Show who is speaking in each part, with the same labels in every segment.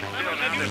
Speaker 1: There's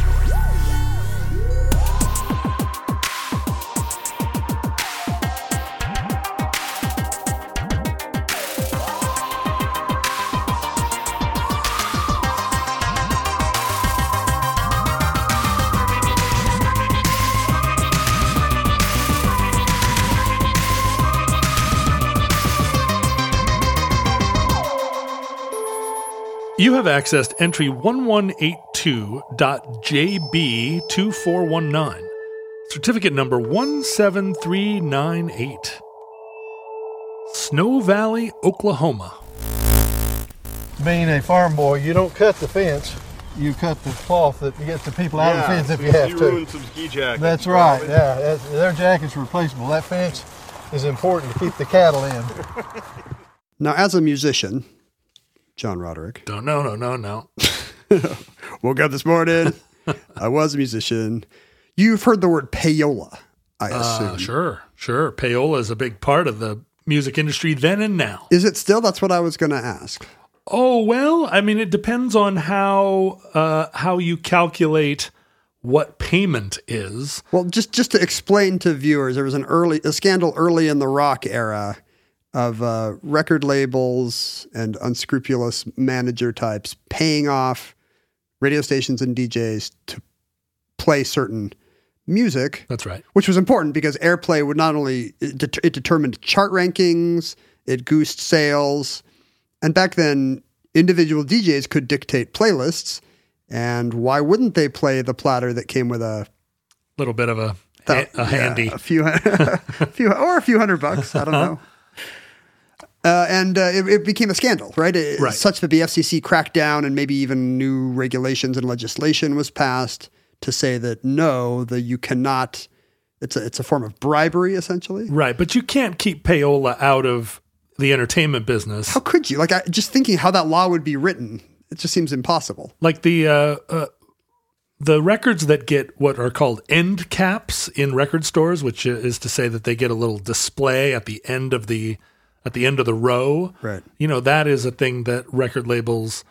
Speaker 2: You have accessed entry 1182.JB2419, certificate number 17398, Snow Valley, Oklahoma.
Speaker 3: being a farm boy, you don't cut the fence. You cut the cloth that gets the people out of the fence if you have to.
Speaker 4: ruined some ski jackets.
Speaker 3: That's right. Yeah, that's, their jacket's replaceable. That fence is important to keep the cattle in.
Speaker 5: Now, as a musician, John Roderick,
Speaker 2: No, no, no, no, no.
Speaker 5: woke up this morning. I was a musician. You've heard the word payola, I assume.
Speaker 2: Uh, sure, sure. Payola is a big part of the music industry then and now.
Speaker 5: Is it still? That's what I was going to ask.
Speaker 2: Oh well, I mean, it depends on how uh, how you calculate what payment is.
Speaker 5: Well, just just to explain to viewers, there was an early a scandal early in the rock era of uh, record labels and unscrupulous manager types paying off radio stations and DJs to play certain music,
Speaker 2: That's right.
Speaker 5: which was important because airplay would not only it, det- it determined chart rankings, it goosed sales, and back then individual DJs could dictate playlists. And why wouldn't they play the platter that came with a
Speaker 2: little bit of a
Speaker 5: Thou-
Speaker 2: a handy.
Speaker 5: yeah, a few, a few, or a few hundred bucks. I don't
Speaker 2: Uh-huh.
Speaker 5: know. Uh, and uh, it, it became a scandal, right? It-
Speaker 2: Right.
Speaker 5: Such that the FCC cracked down, and maybe even new regulations and legislation was passed to say that no, that you cannot. It's a it's a form of bribery, essentially.
Speaker 2: Right, but you can't keep payola out of the entertainment business.
Speaker 5: How could you? Like, I, just thinking how that law would be written, it just seems impossible.
Speaker 2: Like the uh, uh, the records that get what are called end caps in record stores, which is to say that they get a little display at the end of the at the end of the row.
Speaker 5: Right.
Speaker 2: You know that is a thing that record labels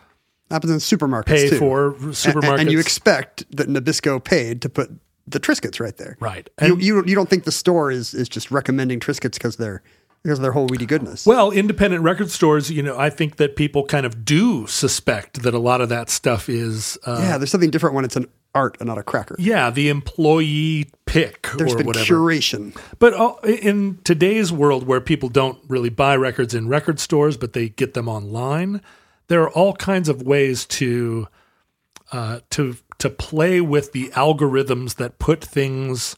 Speaker 5: happens in supermarkets
Speaker 2: pay
Speaker 5: too.
Speaker 2: for
Speaker 5: A- a-
Speaker 2: supermarkets.
Speaker 5: and you expect that Nabisco paid to put the Triscuits right there.
Speaker 2: right.
Speaker 5: you,
Speaker 2: And-
Speaker 5: you don't- you don't think the store is is just recommending Triscuits because they're because of their whole weedy goodness.
Speaker 2: Well, independent record stores, you know, I think that people kind of do suspect that a lot of that stuff is, uh,
Speaker 5: yeah, there's something different when it's an art and not a cracker.
Speaker 2: yeah, the employee pick
Speaker 5: There's
Speaker 2: or
Speaker 5: been
Speaker 2: whatever.
Speaker 5: curation.
Speaker 2: but uh, in today's world where people don't really buy records in record stores, but they get them online, there are all kinds of ways to uh, to to play with the algorithms that put things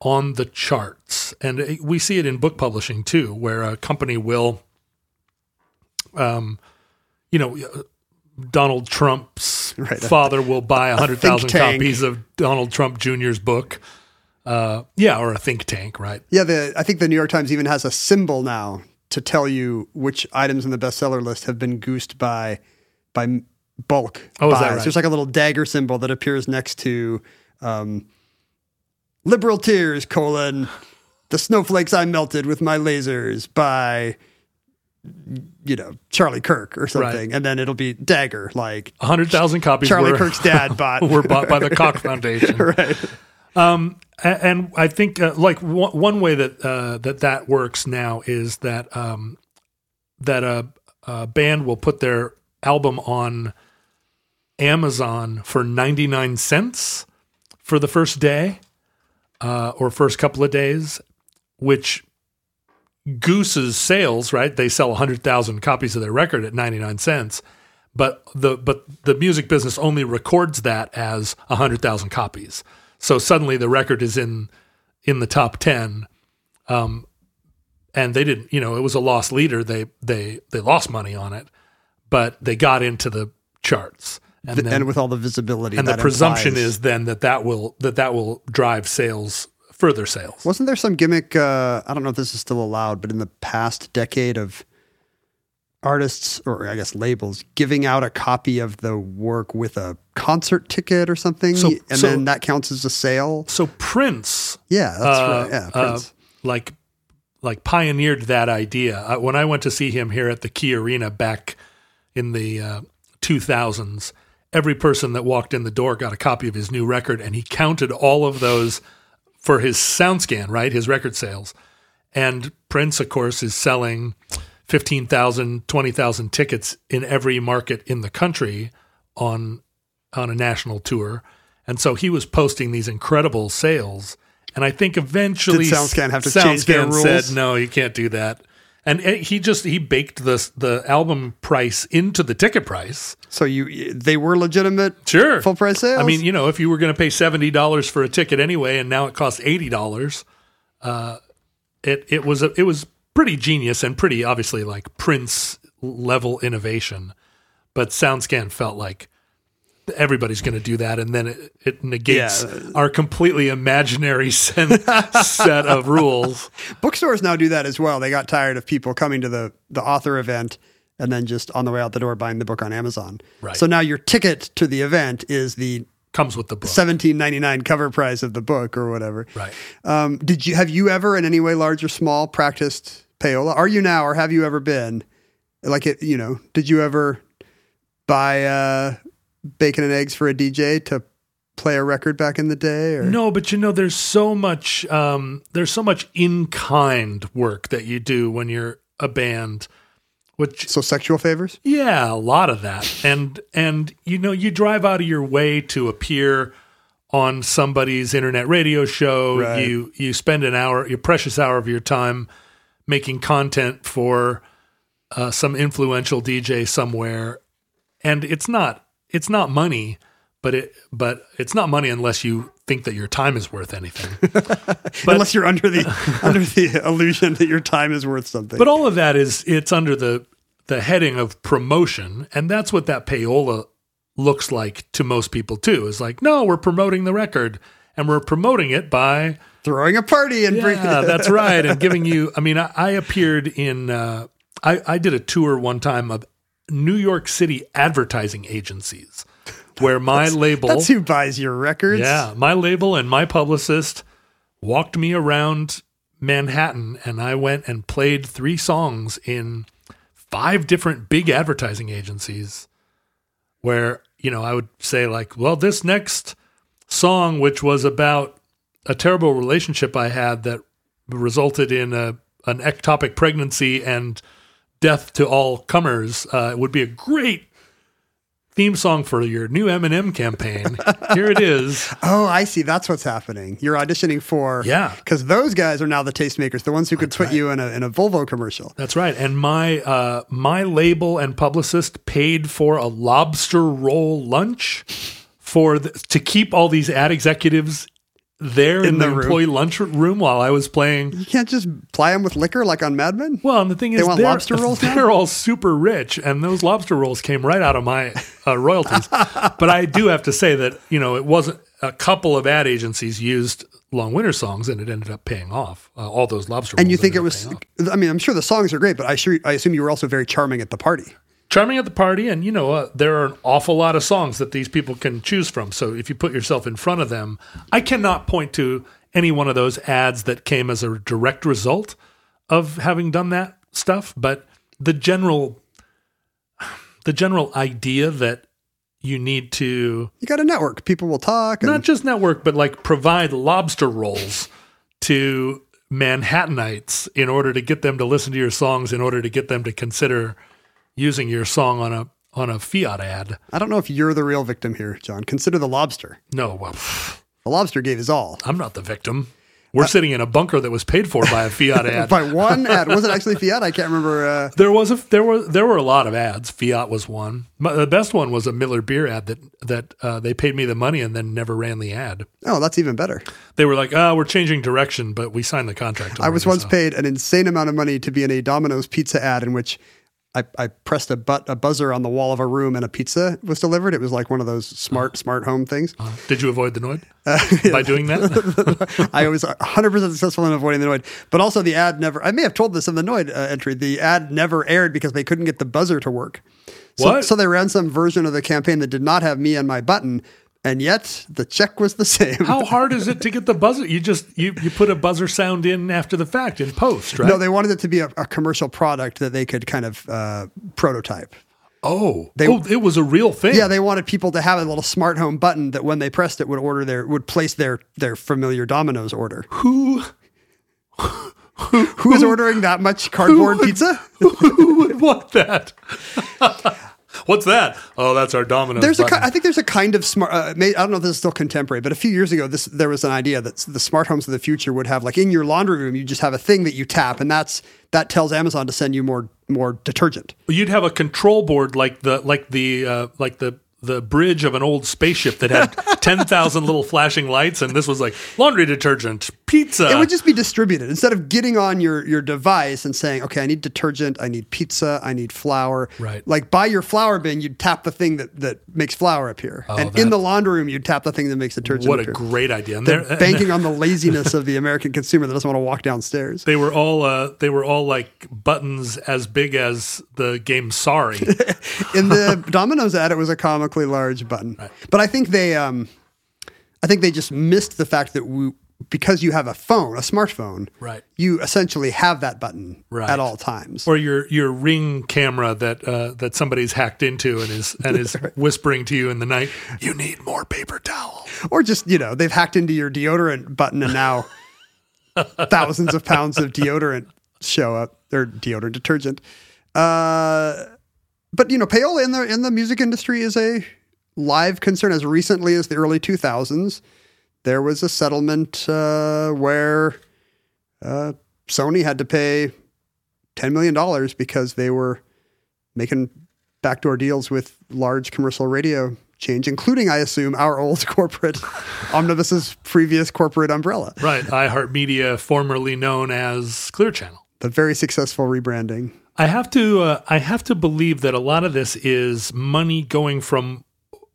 Speaker 2: on the charts, and uh, we see it in book publishing too, where a company will, um, you know, uh, Donald Trump's
Speaker 5: Right, a-
Speaker 2: father will buy hundred thousand
Speaker 5: tank.
Speaker 2: copies of Donald Trump Jr.'s book, uh, yeah, or a think tank, right?
Speaker 5: Yeah, the I think the New York Times even has a symbol now to tell you which items in the bestseller list have been goosed by by m- bulk
Speaker 2: Oh, is
Speaker 5: buys.
Speaker 2: that right?
Speaker 5: There's like a little dagger symbol that appears next to um, liberal tears colon the snowflakes I melted with my lasers by you know Charlie Kirk or something, and then it'll be dagger like
Speaker 2: A hundred thousand copies.
Speaker 5: Charlie
Speaker 2: were,
Speaker 5: Kirk's dad bought.
Speaker 2: were bought by the Koch Foundation.
Speaker 5: right.
Speaker 2: A- and I think uh, like one, one way that uh, that that works now is that um, that a, a band will put their album on Amazon for ninety nine cents for the first day uh, or first couple of days, which gooses sales. Right, they sell hundred thousand copies of their record at ninety nine cents, but the but the music business only records that as 100,000 copies. So suddenly the record is in in the top 10 um, and they didn't, you know, it was a lost leader. They they they lost money on it, but they got into the charts.
Speaker 5: And,
Speaker 2: then-
Speaker 5: and with all the visibility,
Speaker 2: and the
Speaker 5: that
Speaker 2: presumption
Speaker 5: implies.
Speaker 2: is then that that will that that will drive sales further sales.
Speaker 5: Wasn't there some gimmick? Uh, I don't know if this is still allowed, but in the past decade of artists or I guess labels giving out a copy of the work with a concert ticket or something,
Speaker 2: So-
Speaker 5: and
Speaker 2: so-
Speaker 5: then that counts as a sale.
Speaker 2: So Prince,
Speaker 5: Yeah, that's
Speaker 2: uh,
Speaker 5: right. Yeah,
Speaker 2: uh,
Speaker 5: Prince.
Speaker 2: like like pioneered that idea. I, when I went to see him here at the Key Arena back in the uh, 2000s, every person that walked in the door got a copy of his new record, and he counted all of those for his sound scan, right? His record sales. And Prince, of course, is selling 15,000, 20,000 tickets in every market in the country on on a national tour. And so he was posting these incredible sales. And I think eventually
Speaker 5: Did SoundScan have to change their
Speaker 2: SoundScan
Speaker 5: rules?
Speaker 2: said, no, you can't do that. And it- he just he baked the the album price into the ticket price.
Speaker 5: so you they were legitimate.
Speaker 2: Sure.
Speaker 5: Full price sales?
Speaker 2: I mean, you know, if you were going to pay seventy dollars for a ticket anyway, and now it costs eighty dollars, uh, it it was a, it was pretty genius and pretty obviously like Prince level innovation. But SoundScan felt like everybody's going to do that, and then it, it negates
Speaker 5: Yeah.
Speaker 2: our completely imaginary sen- set of rules.
Speaker 5: Bookstores now do that as well. They got tired of people coming to the the author event and then just on the way out the door buying the book on Amazon.
Speaker 2: Right.
Speaker 5: So now your ticket to the event is the
Speaker 2: Comes with the book,
Speaker 5: seventeen ninety nine cover price of the book or whatever.
Speaker 2: right?
Speaker 5: Um, did you have you ever in any way, large or small, practiced payola? Are you now, or have you ever been? Like it, you know, did you ever buy uh, bacon and eggs for a DJ to play a record back in the day? Or
Speaker 2: No, but you know, there's so much um, there's so much in kind work that you do when you're a band, which
Speaker 5: so sexual favors?
Speaker 2: yeah, a lot of that, and and you know, you drive out of your way to appear on somebody's internet radio show.
Speaker 5: Right.
Speaker 2: You you spend an hour, your precious hour of your time, making content for uh, some influential DJ somewhere, and it's not it's not money, but it but it's not money unless you think that your time is worth anything.
Speaker 5: Unless you're under the under the illusion that your time is worth something.
Speaker 2: But all of that is it's under the the heading of promotion, and that's what that payola looks like to most people too. Is like, no, we're promoting the record, and we're promoting it by
Speaker 5: throwing a party and bringing
Speaker 2: yeah, that's right, and giving you. I mean, I, I appeared in uh, I I did a tour one time of New York City advertising agencies, where my label
Speaker 5: that's who buys your records.
Speaker 2: yeah, my label and my publicist walked me around Manhattan, and I went and played three songs in five different big advertising agencies. Where you know I would say like, well, this next song, which was about a terrible relationship I had that resulted in a an ectopic pregnancy and death to all comers, uh, would be a great theme song for your new Eminem campaign. Here it is.
Speaker 5: Oh, I see. That's what's happening. You're auditioning for
Speaker 2: Yeah.
Speaker 5: because those guys are now the tastemakers, the ones who could put you in a in a Volvo commercial.
Speaker 2: That's right. And my uh, my label and publicist paid for a lobster roll lunch for the, to keep all these ad executives there in,
Speaker 5: the
Speaker 2: the,
Speaker 5: room.
Speaker 2: employee lunch room while I was playing.
Speaker 5: You can't just ply them with liquor like on Mad Men.
Speaker 2: Well, and the thing is,
Speaker 5: want
Speaker 2: they're,
Speaker 5: lobster rolls now?
Speaker 2: they're all super rich, and those lobster rolls came right out of my uh, royalties. but I do have to say that you know it wasn't a couple of ad agencies used long winter songs, and it ended up paying off. Uh, all those lobster rolls.
Speaker 5: and you think
Speaker 2: ended
Speaker 5: it
Speaker 2: up
Speaker 5: was?
Speaker 2: paying off.
Speaker 5: I mean, I'm sure the songs are great, but I sure I assume you were also very charming at the party.
Speaker 2: charming at the party and you know uh, there are an awful lot of songs that these people can choose from so if you put yourself in front of them i cannot point to any one of those ads that came as a direct result of having done that stuff but the general the general idea that you need to
Speaker 5: You got to network. People will talk. And
Speaker 2: not just network but like provide lobster rolls to manhattanites in order to get them to listen to your songs in order to get them to consider using your song on a on a fiat ad
Speaker 5: I don't know if you're the real victim here, John. Consider the lobster.
Speaker 2: no well pff,
Speaker 5: The lobster gave his all.
Speaker 2: i'm not the victim We're sitting in a bunker that was paid for by a Fiat ad.
Speaker 5: By one ad, was it actually Fiat? I can't remember. Uh,
Speaker 2: There was a there were there were a lot of ads. Fiat was one. My, the best one was a Miller beer ad that that uh, they paid me the money and then never ran the ad.
Speaker 5: oh, that's even better.
Speaker 2: They were like, "Oh, we're changing direction, but we signed the contract."
Speaker 5: I was
Speaker 2: already,
Speaker 5: once
Speaker 2: so."
Speaker 5: paid an insane amount of money to be in a Domino's pizza ad in which I, I pressed a but a buzzer on the wall of a room and a pizza was delivered. It was like one of those smart smart home things.
Speaker 2: Did you avoid the noid by doing that?
Speaker 5: I was 100% successful in avoiding the Noid. But also, the ad never, I may have told this in the Noid uh, entry, the ad never aired because they couldn't get the buzzer to work. So,
Speaker 2: What?
Speaker 5: so they ran some version of the campaign that did not have me and my button, and yet the check was the same.
Speaker 2: How hard is it to get the buzzer? You just you you put a buzzer sound in after the fact in post, right?
Speaker 5: No, they wanted it to be a, a commercial product that they could kind of uh, prototype.
Speaker 2: oh, oh, it was a real thing.
Speaker 5: Yeah, they wanted people to have a little smart home button that when they pressed it would order their would place their their familiar Domino's order.
Speaker 2: who
Speaker 5: Who's ordering that much cardboard pizza?
Speaker 2: who would want that? What's that? Oh, that's our domino.
Speaker 5: There's a, ki- I think there's a kind of smart. Uh, may, I don't know if this is still contemporary, but a few years ago, this there was an idea that s- the smart homes of the future would have like in your laundry room, you just have a thing that you tap, and that's that tells Amazon to send you more more detergent.
Speaker 2: You'd have a control board like the like the uh, like the the bridge of an old spaceship that had ten thousand little flashing lights, and this was like laundry detergent, pizza.
Speaker 5: It would just be distributed instead of getting on your your device and saying, "Okay, I need detergent, I need pizza, I need flour."
Speaker 2: Right.
Speaker 5: Like by your flour bin, you'd tap the thing that that makes flour appear, and in
Speaker 2: Oh, that-
Speaker 5: the laundry room, you'd tap the thing that makes detergent.
Speaker 2: what a uh,
Speaker 5: appear.
Speaker 2: great idea! And
Speaker 5: They're
Speaker 2: they're- and
Speaker 5: banking on the laziness of the American consumer that doesn't want to walk downstairs.
Speaker 2: They were all uh, they were all like buttons as big as the game Sorry.
Speaker 5: in the Domino's ad, it was a comically large button. But I think they, um, I think they just missed the fact that we, because you have a phone, a smartphone,
Speaker 2: Right.
Speaker 5: You essentially have that button
Speaker 2: Right.
Speaker 5: at all times.
Speaker 2: or your your ring camera that uh, that somebody's hacked into and is and is whispering to you in the night. You need more paper towel.
Speaker 5: or just you know they've hacked into your deodorant button and now thousands of pounds of deodorant show up or deodorant detergent uh, but you know payola in the in the music industry is a live concern as recently as the early 2000s there was a settlement uh, where uh, sony had to pay $10 million because they were making backdoor deals with large commercial radio change, including, I assume, our old corporate, Omnibus's previous corporate umbrella,
Speaker 2: Right, iHeartMedia, formerly known as Clear Channel.
Speaker 5: the very successful rebranding.
Speaker 2: I have to uh, I have to believe that a lot of this is money going from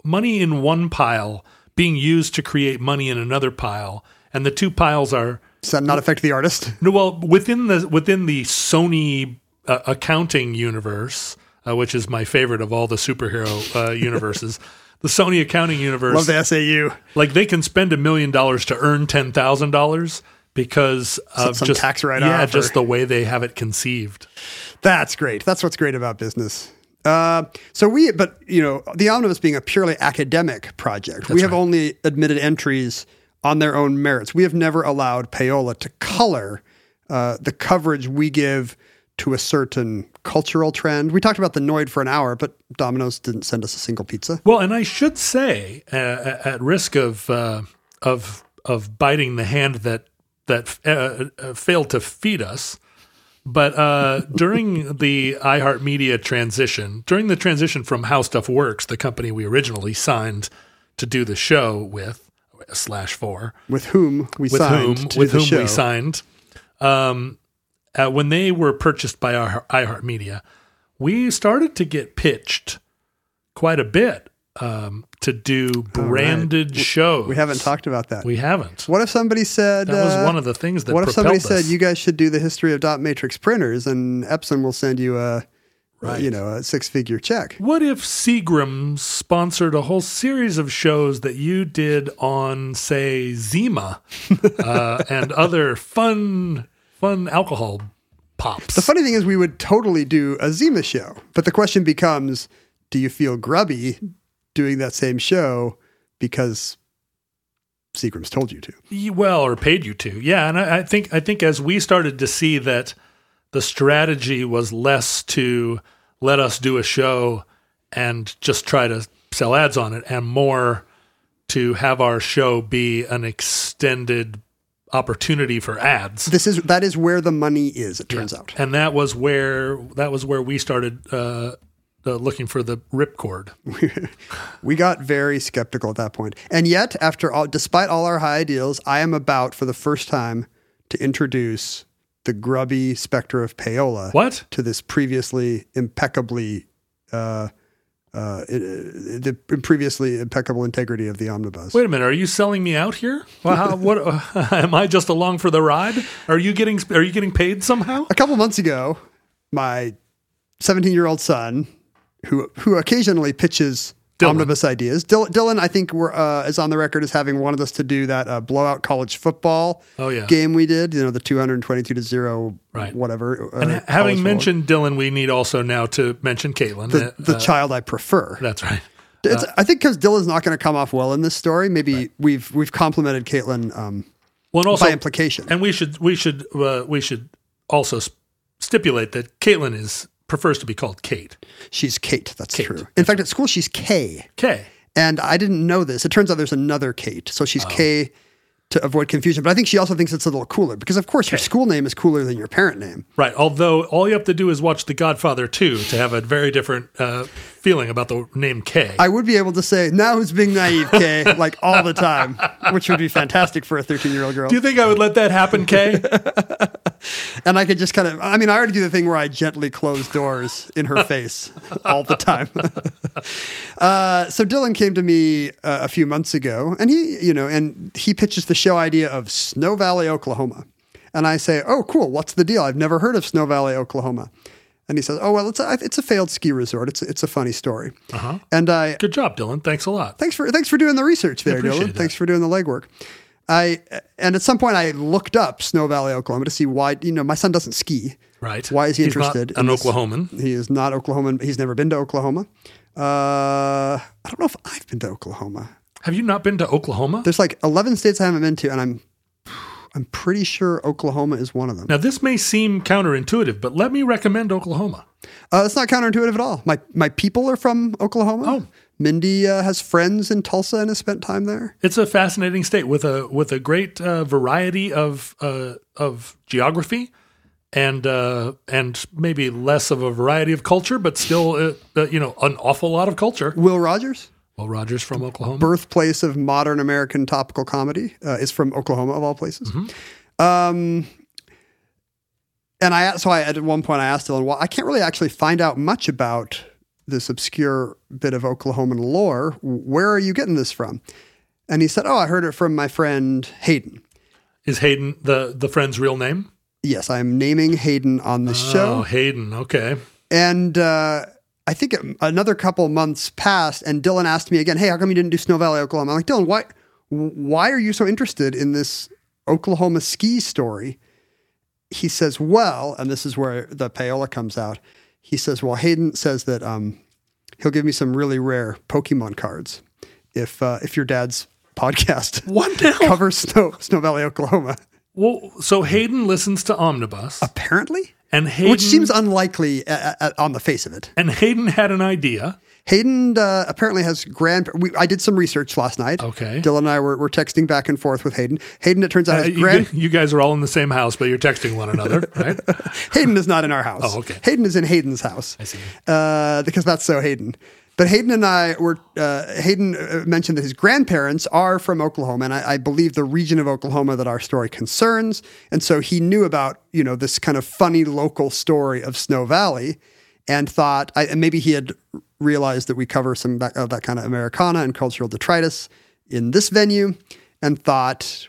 Speaker 2: money in one pile being used to create money in another pile, and the two piles are
Speaker 5: Does that not affect the artist?
Speaker 2: no, well within the within the Sony uh, accounting universe, uh, which is my favorite of all the superhero uh, universes. The Sony accounting universe
Speaker 5: Love the SAU.
Speaker 2: like they can spend a million dollars to earn ten thousand dollars because of
Speaker 5: some
Speaker 2: just
Speaker 5: tax write-off
Speaker 2: Yeah,
Speaker 5: or-
Speaker 2: just the way they have it conceived.
Speaker 5: That's great. That's what's great about business. Uh, so we, but you know, the omnibus being a purely academic project, we have only admitted entries on their own merits. We have never allowed payola to color uh, the coverage we give to a certain cultural trend. We talked about the Noid for an hour, but Domino's didn't send us a single pizza.
Speaker 2: Well, and I should say, uh, at risk of uh, of of biting the hand that that uh, uh, failed to feed us, but uh, during the iHeartMedia transition, during the transition from How Stuff Works, the company we originally signed to do the show with slash for,
Speaker 5: With whom we
Speaker 2: with
Speaker 5: signed
Speaker 2: whom
Speaker 5: to
Speaker 2: with
Speaker 5: the
Speaker 2: whom
Speaker 5: show.
Speaker 2: we signed. Um, uh, when they were purchased by our iHeartMedia, we started to get pitched quite a bit um, to do branded shows.
Speaker 5: We haven't talked about that.
Speaker 2: We haven't.
Speaker 5: what if somebody said
Speaker 2: that was
Speaker 5: uh,
Speaker 2: one of the things that.
Speaker 5: what if somebody
Speaker 2: propelled
Speaker 5: said
Speaker 2: us.
Speaker 5: you guys should do the history of dot matrix printers and Epson will send you a
Speaker 2: Right.
Speaker 5: you know a six figure check?
Speaker 2: What if Seagram sponsored a whole series of shows that you did on, say, Zima uh, and other fun, fun alcohol pops?
Speaker 5: The funny thing is, we would totally do a Zima show, but the question becomes: Do you feel grubby doing that same show because Seagram's told you to?
Speaker 2: Y- well or paid you to yeah and I, I think i think as we started to see that the strategy was less to let us do a show and just try to sell ads on it and more to have our show be an extended opportunity for ads.
Speaker 5: This is that is where the money is. It turns out.
Speaker 2: and that was where that was where we started uh, uh, looking for the ripcord.
Speaker 5: We got very skeptical at that point. And yet, after all, despite all our high ideals, I am about for the first time to introduce the grubby specter of payola
Speaker 2: What?
Speaker 5: to this previously impeccably uh, uh, it- it- the previously impeccable integrity of the omnibus.
Speaker 2: Wait a minute, are you selling me out here? Well, how, what am I just along for the ride? Are you getting are you getting paid somehow?
Speaker 5: A couple months ago, my 17 year old son, who who occasionally pitches
Speaker 2: Dylan.
Speaker 5: omnibus ideas, Dylan, Dylan I think, we're, uh, is on the record as having wanted us to do that uh, blowout college football
Speaker 2: Oh, yeah.
Speaker 5: game we did, you know, the 222 to 0,
Speaker 2: Right.
Speaker 5: whatever. uh,
Speaker 2: And
Speaker 5: college
Speaker 2: having
Speaker 5: football.
Speaker 2: mentioned Dylan, we need also now to mention Caitlin.
Speaker 5: the,
Speaker 2: Uh,
Speaker 5: the child I prefer.
Speaker 2: that's right.
Speaker 5: It's, I think because Dylan's not going to come off well in this story, maybe we've we've complimented Caitlin um,
Speaker 2: Well, and also
Speaker 5: by implication.
Speaker 2: and we should we should uh, we should also s- stipulate that Caitlin is prefers to be called Kate.
Speaker 5: she's Kate. That's
Speaker 2: Kate,
Speaker 5: true. In fact, at school she's Kay.
Speaker 2: K.
Speaker 5: And I didn't know this. It turns out there's another Kate. So she's K to avoid confusion. But I think she also thinks it's a little cooler because, of course, your school name is cooler than your parent name.
Speaker 2: Right. Although all you have to do is watch The Godfather 2 to have a very different uh, feeling about the name K.
Speaker 5: I would be able to say, now who's being naive, K, like all the time, which would be fantastic for a 13 year old girl.
Speaker 2: do you think I would let that happen, K?
Speaker 5: And I could just kind of, I mean, I already do the thing where I gently close doors in her face all the time. uh, so Dylan came to me uh, a few months ago and he, you know, and he pitches the show idea of Snow Valley, Oklahoma. And I say, oh, cool. What's the deal? I've never heard of Snow Valley, Oklahoma. And he says, oh, well, it's a, it's a failed ski resort. It's, it's a funny story. Uh-huh. And I,
Speaker 2: Good job, Dylan. Thanks a lot.
Speaker 5: thanks for thanks for doing the research there,
Speaker 2: appreciate
Speaker 5: Dylan.
Speaker 2: that.
Speaker 5: Thanks for doing the legwork. I and at some point I looked up Snow Valley, Oklahoma, to see why. You know, my son doesn't ski.
Speaker 2: Right.
Speaker 5: Why is he
Speaker 2: He's not
Speaker 5: interested?
Speaker 2: an
Speaker 5: this?
Speaker 2: Oklahoman.
Speaker 5: He is not Oklahoman. He's never been to Oklahoma. Uh, I don't know if I've been to Oklahoma.
Speaker 2: Have you not been to Oklahoma?
Speaker 5: There's like 11 states I haven't been to, and I'm I'm pretty sure Oklahoma is one of them.
Speaker 2: Now, this may seem counterintuitive, but let me recommend Oklahoma.
Speaker 5: Uh, that's not counterintuitive at all. My my people are from Oklahoma.
Speaker 2: Oh.
Speaker 5: Mindy uh, has friends in Tulsa and has spent time there.
Speaker 2: It's a fascinating state with a with a great uh, variety of uh, of geography, and uh, and maybe less of a variety of culture, but still, uh, uh, you know, an awful lot of culture.
Speaker 5: Will Rogers.
Speaker 2: Well, Rogers from Oklahoma.
Speaker 5: birthplace of modern American topical comedy, uh, is from Oklahoma of all places. Um, and I so I at one point I asked Dylan, well, I can't really actually find out much about this obscure bit of Oklahoman lore. Where are you getting this from? And he said, Oh, I heard it from my friend Hayden.
Speaker 2: Is Hayden the the friend's real name?
Speaker 5: Yes, I'm naming Hayden on the
Speaker 2: Oh,
Speaker 5: show.
Speaker 2: Hayden. Okay.
Speaker 5: And uh, I think it- another couple months passed, and Dylan asked me again, "Hey, how come you didn't do Snow Valley, Oklahoma?" I'm like, "Dylan, why? Why are you so interested in this Oklahoma ski story?" He says, "Well," and this is where the payola comes out. He says, "Well, Hayden says that um, he'll give me some really rare Pokemon cards if uh, if your dad's podcast
Speaker 2: What now?
Speaker 5: covers Snow Snow Valley, Oklahoma."
Speaker 2: Well, so Hayden listens to Omnibus,
Speaker 5: Apparently,
Speaker 2: and Hayden
Speaker 5: which seems unlikely uh, uh, on the face of it.
Speaker 2: and Hayden had an idea.
Speaker 5: Hayden uh, apparently has grand. We, I did some research last night.
Speaker 2: Okay. Uh,
Speaker 5: Dylan and I were, were texting back and forth with Hayden. Hayden, it turns out, has
Speaker 2: You,
Speaker 5: grand.
Speaker 2: gu- you guys are all in the same house, but you're texting one another, right?
Speaker 5: Hayden is not in our house.
Speaker 2: Oh, okay.
Speaker 5: Hayden is in Hayden's house. I
Speaker 2: see.
Speaker 5: Uh, because that's so Hayden. But Hayden and I were. Uh, Hayden uh, mentioned that his grandparents are from Oklahoma, and I, I believe the region of Oklahoma that our story concerns. And so he knew about you know this kind of funny local story of Snow Valley, and thought I, and maybe he had realized that we cover some of that, of that kind of Americana and cultural detritus in this venue, and thought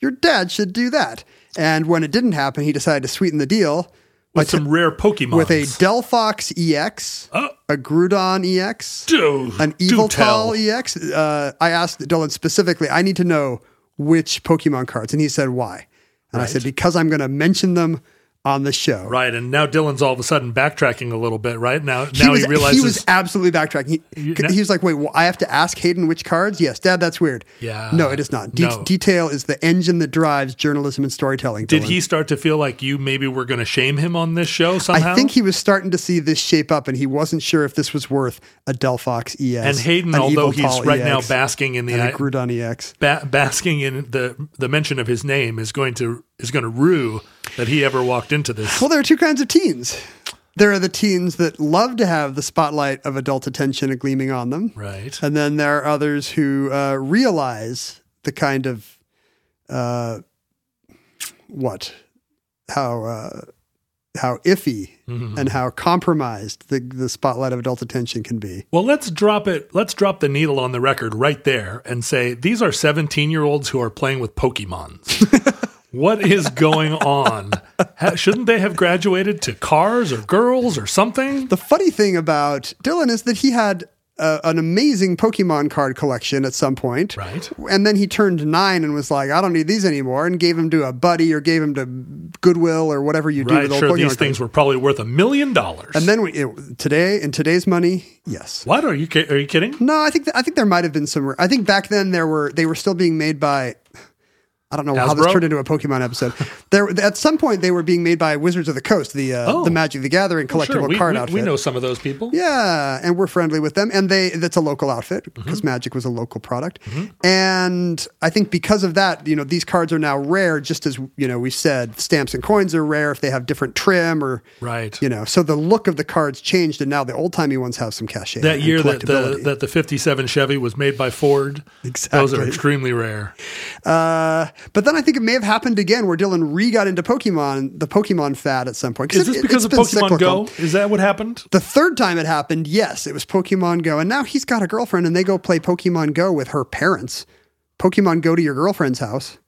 Speaker 5: your dad should do that. And when it didn't happen, he decided to sweeten the deal by
Speaker 2: With some rare Pokemon.
Speaker 5: with a Delphox EX, a Grudon EX,
Speaker 2: Oh. do,
Speaker 5: an
Speaker 2: do
Speaker 5: Evil
Speaker 2: tell.
Speaker 5: Tall EX. Uh, I asked Dylan specifically, I need to know which Pokemon cards. And he said, why? And I said, because I'm going to mention them on the show.
Speaker 2: Right, and now Dylan's all of a sudden backtracking a little bit. Right now, now
Speaker 5: he, was,
Speaker 2: realizes
Speaker 5: he was absolutely backtracking. He,
Speaker 2: You- no-
Speaker 5: he was like, "Wait, well, I have to ask Hayden which cards?" Yes, Dad, that's weird.
Speaker 2: Yeah.
Speaker 5: no, it is not. De-
Speaker 2: No.
Speaker 5: Detail is the engine that drives journalism and storytelling.
Speaker 2: Did
Speaker 5: Dylan.
Speaker 2: he start to feel like you maybe were going to shame him on this show somehow?
Speaker 5: I think he was starting to see this shape up, and he wasn't sure if this was worth a Delphox EX
Speaker 2: and Hayden,
Speaker 5: an Evil
Speaker 2: although he's
Speaker 5: Paul
Speaker 2: right now
Speaker 5: EX,
Speaker 2: basking in the
Speaker 5: and a
Speaker 2: i-
Speaker 5: Groudon E EX.
Speaker 2: ba- basking in the the mention of his name, is going to is going to rue that he ever walked into this.
Speaker 5: Well, there are two kinds of teens. There are the teens that love to have the spotlight of adult attention gleaming on them,
Speaker 2: Right.
Speaker 5: and then there are others who uh, realize the kind of uh, what how uh, how iffy
Speaker 2: Mm-hmm.
Speaker 5: and how compromised the the spotlight of adult attention can be.
Speaker 2: Well, let's drop it. Let's drop the needle on the record right there and say these are 17 year olds who are playing with Pokemons. what is going on? Ha- shouldn't they have graduated to cars or girls or something?
Speaker 5: The funny thing about Dylan is that he had uh, an amazing Pokemon card collection at some point.
Speaker 2: Right.
Speaker 5: And then he turned nine and was like, I don't need these anymore, and gave them to a buddy or gave them to Goodwill or whatever you do
Speaker 2: Right.
Speaker 5: with old
Speaker 2: Sure,
Speaker 5: Pokemon
Speaker 2: these
Speaker 5: cards.
Speaker 2: things were probably worth a million dollars.
Speaker 5: And then we, it, today, in today's money, yes.
Speaker 2: What are you? ki- Are you kidding?
Speaker 5: No, I think th- I think there might have been some. I think back then there were they were still being made by. I don't know how this
Speaker 2: Hasbro?
Speaker 5: turned into a Pokemon episode. there at some point they were being made by Wizards of the Coast, the uh,
Speaker 2: Oh.
Speaker 5: the Magic the Gathering collectible
Speaker 2: Sure, we,
Speaker 5: card
Speaker 2: we,
Speaker 5: outfit.
Speaker 2: we know some of those people.
Speaker 5: Yeah, and we're friendly with them, and they—that's a local outfit
Speaker 2: Mm-hmm.
Speaker 5: because Magic was a local product, and I think because of that, you know, these cards are now rare. Just as you know, we said stamps and coins are rare if they have different trim or
Speaker 2: Right.
Speaker 5: You know, so the look of the cards changed, and now the old-timey ones have some cachet.
Speaker 2: that
Speaker 5: and
Speaker 2: year that the
Speaker 5: collectability.
Speaker 2: that the 57 Chevy was made by Ford. Those
Speaker 5: Exactly.
Speaker 2: are extremely rare.
Speaker 5: Uh, but then I think it may have happened again where Dylan re got into Pokemon, the Pokemon fad at some point.
Speaker 2: Is
Speaker 5: it-
Speaker 2: this
Speaker 5: it-
Speaker 2: because of
Speaker 5: it's been
Speaker 2: Pokemon
Speaker 5: cyclical.
Speaker 2: Go? Is that what happened?
Speaker 5: The third time it happened, yes, it was Pokemon Go. And now he's got a girlfriend and they go play Pokemon Go with her parents. Pokemon Go to your girlfriend's house.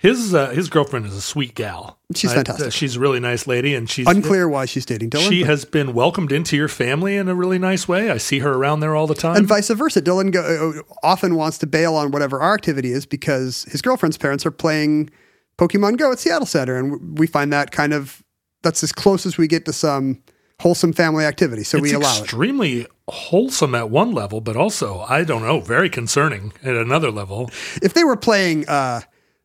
Speaker 2: His uh, his girlfriend is a sweet gal.
Speaker 5: She's
Speaker 2: I-
Speaker 5: fantastic.
Speaker 2: she's a really nice lady, and she's
Speaker 5: Unclear why she's dating Dylan.
Speaker 2: She
Speaker 5: but-
Speaker 2: has been welcomed into your family in a really nice way. I see her around there all the time.
Speaker 5: and vice versa. Dylan go, uh, often wants to bail on whatever our activity is because his girlfriend's parents are playing Pokemon Go at Seattle Center. And w- we find that kind of, that's as close as we get to some wholesome family activity. So we
Speaker 2: it's
Speaker 5: allow it.
Speaker 2: extremely wholesome at one level, but also I don't know, very concerning at another level.
Speaker 5: If they were playing uh,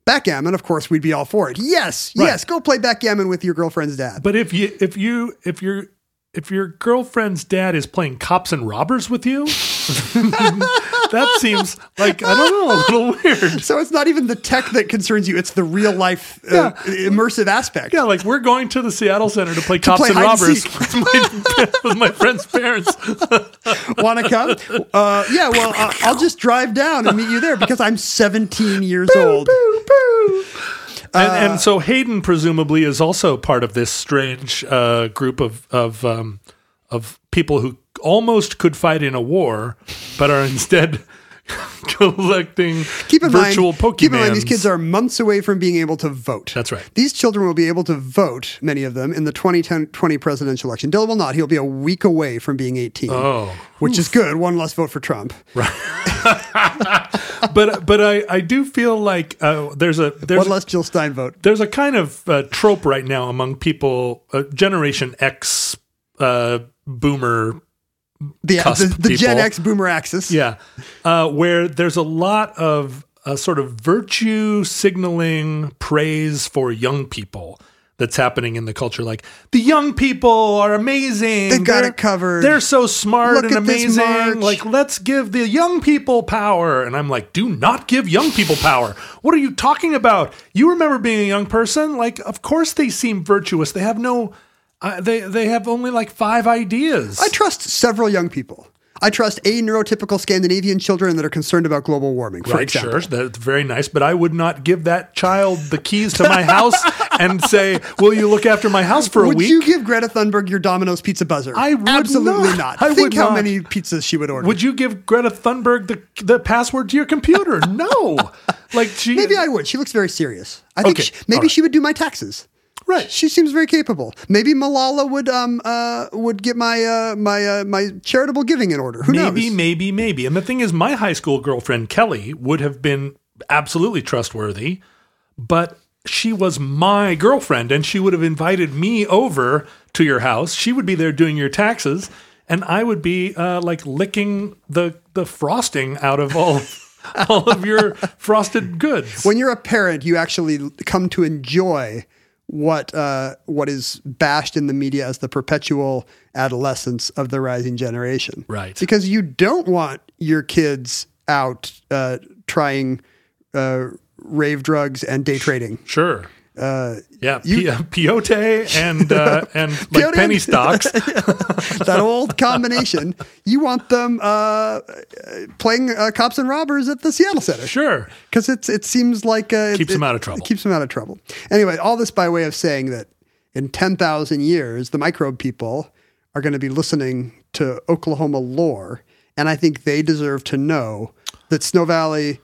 Speaker 5: backgammon, of course, we'd be all for it. Yes,
Speaker 2: Right.
Speaker 5: yes, go play backgammon with your girlfriend's dad.
Speaker 2: But if you if you if your if your girlfriend's dad is playing cops and robbers with you, that seems like I don't know, a little weird.
Speaker 5: So it's not even the tech that concerns you; it's the real life uh, immersive aspect.
Speaker 2: Yeah, like we're going to the Seattle Center to play cops
Speaker 5: play
Speaker 2: and
Speaker 5: hide and
Speaker 2: robbers
Speaker 5: seek.
Speaker 2: with my, with my friend's parents.
Speaker 5: Want to come? Uh, yeah. Well, uh, I'll just drive down and meet you there because I'm 17 years old.
Speaker 2: and, and so Hayden presumably is also part of this strange uh, group of of um, of people who almost could fight in a war, but are instead collecting
Speaker 5: Keep in
Speaker 2: virtual
Speaker 5: mind,
Speaker 2: Pokemon.
Speaker 5: keep in mind, these kids are months away from being able to vote.
Speaker 2: That's right.
Speaker 5: These children will be able to vote, many of them, in the 2010 20 presidential election. Dylan will not. He'll be a week away from being 18.
Speaker 2: Oh.
Speaker 5: Which is good. One less vote for Trump.
Speaker 2: but but I, I do feel like uh, there's a there's
Speaker 5: One less Jill Stein vote.
Speaker 2: there's a kind of uh, trope right now among people uh, Generation X uh, boomer
Speaker 5: The,
Speaker 2: Cusp
Speaker 5: the, the Gen
Speaker 2: people.
Speaker 5: X boomer axis.
Speaker 2: Yeah. Uh, where there's a lot of uh, sort of virtue signaling praise for young people that's happening in the culture. Like, the young people are amazing.
Speaker 5: They've got
Speaker 2: They're-
Speaker 5: it covered.
Speaker 2: They're so smart
Speaker 5: Look
Speaker 2: and
Speaker 5: at this march."
Speaker 2: amazing. Like, let's give the young people power. And I'm like, do not give young people power. What are you talking about? You remember being a young person? Like, of course they seem virtuous. They have no. Uh, they they have only like five ideas.
Speaker 5: I trust several young people. I trust a neurotypical Scandinavian children that are concerned about global warming, for
Speaker 2: Right,
Speaker 5: example.
Speaker 2: sure. That's very nice, but I would not give that child the keys to my house and say, "Will you look after my house for a
Speaker 5: Would
Speaker 2: week?"
Speaker 5: you give Greta Thunberg your Domino's pizza buzzer?
Speaker 2: I would
Speaker 5: absolutely not.
Speaker 2: not. I
Speaker 5: Think
Speaker 2: would
Speaker 5: how
Speaker 2: not.
Speaker 5: many pizzas she would order.
Speaker 2: Would you give Greta Thunberg the the password to your computer? No. like she
Speaker 5: maybe I would. She looks very serious. I think
Speaker 2: Okay,
Speaker 5: she, maybe
Speaker 2: all right.
Speaker 5: she would do my taxes.
Speaker 2: Right.
Speaker 5: She seems very capable. Maybe Malala would um uh would get my uh my uh, my charitable giving in order. Who
Speaker 2: maybe
Speaker 5: knows?
Speaker 2: maybe maybe. And the thing is my high school girlfriend Kelly would have been absolutely trustworthy, but she was my girlfriend and she would have invited me over to your house. She would be there doing your taxes and I would be uh, like licking the the frosting out of all all of your frosted goods.
Speaker 5: When you're a parent, you actually come to enjoy what uh, what is bashed in the media as the perpetual adolescence of the rising generation.
Speaker 2: Right.
Speaker 5: Because you don't want your kids out uh, trying uh, rave drugs and day trading.
Speaker 2: Sure. yeah, P- uh, peyote and uh, and like
Speaker 5: Peyote
Speaker 2: penny
Speaker 5: and-
Speaker 2: stocks.
Speaker 5: that old combination. You want them uh, uh, playing uh, cops and robbers at the Seattle Center.
Speaker 2: Sure.
Speaker 5: because it's it seems like uh, it-
Speaker 2: Keeps 'em
Speaker 5: it-
Speaker 2: out of trouble.
Speaker 5: It keeps them out of trouble. Anyway, all this by way of saying that in ten thousand years, the microbe people are going to be listening to Oklahoma lore, and I think they deserve to know that Snow Valley.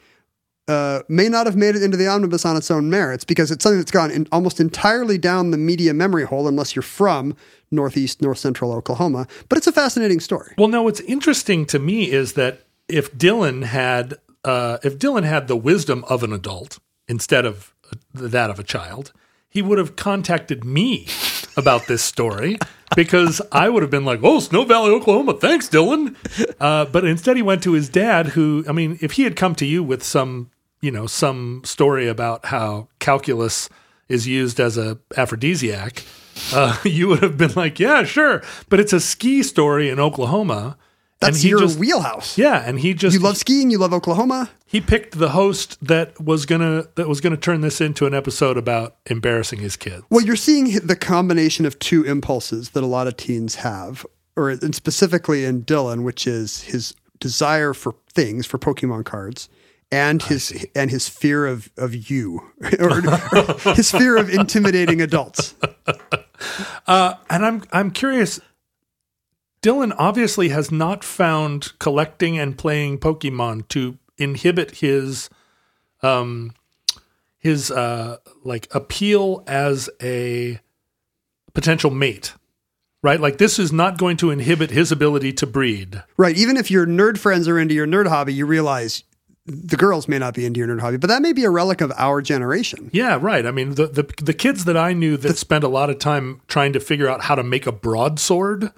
Speaker 5: Uh, may not have made it into the omnibus on its own merits because it's something that's gone in, almost entirely down the media memory hole, unless you're from northeast, north central Oklahoma. But it's a fascinating story.
Speaker 2: Well, no, what's interesting to me is that if Dylan had uh, if Dylan had the wisdom of an adult instead of uh, that of a child, he would have contacted me about this story because I would have been like, "Oh, Snow Valley, Oklahoma, thanks, Dylan." Uh, but instead, he went to his dad, who I mean, if he had come to you with some you know some story about how calculus is used as a aphrodisiac uh, you would have been like, yeah, sure. But it's a ski story in Oklahoma.
Speaker 5: That's your
Speaker 2: just,
Speaker 5: wheelhouse.
Speaker 2: Yeah, and he just
Speaker 5: You love skiing. You love Oklahoma.
Speaker 2: he picked the host that was gonna that was gonna turn this into an episode about embarrassing his kid.
Speaker 5: Well, you're seeing the combination of two impulses that a lot of teens have, or and specifically in Dylan, which is his desire for things, for Pokemon cards, and his and his fear of of you, or, or his fear of intimidating adults.
Speaker 2: Uh, And I'm I'm curious. Dylan obviously has not found collecting and playing Pokemon to inhibit his um his uh like appeal as a potential mate. Right? Like this is not going to inhibit his ability to breed.
Speaker 5: Right. Even if your nerd friends are into your nerd hobby, you realize the girls may not be into your nerd hobby, but that may be a relic of our generation.
Speaker 2: Yeah, right. I mean, the the, the kids that I knew that spent a lot of time trying to figure out how to make a broadsword,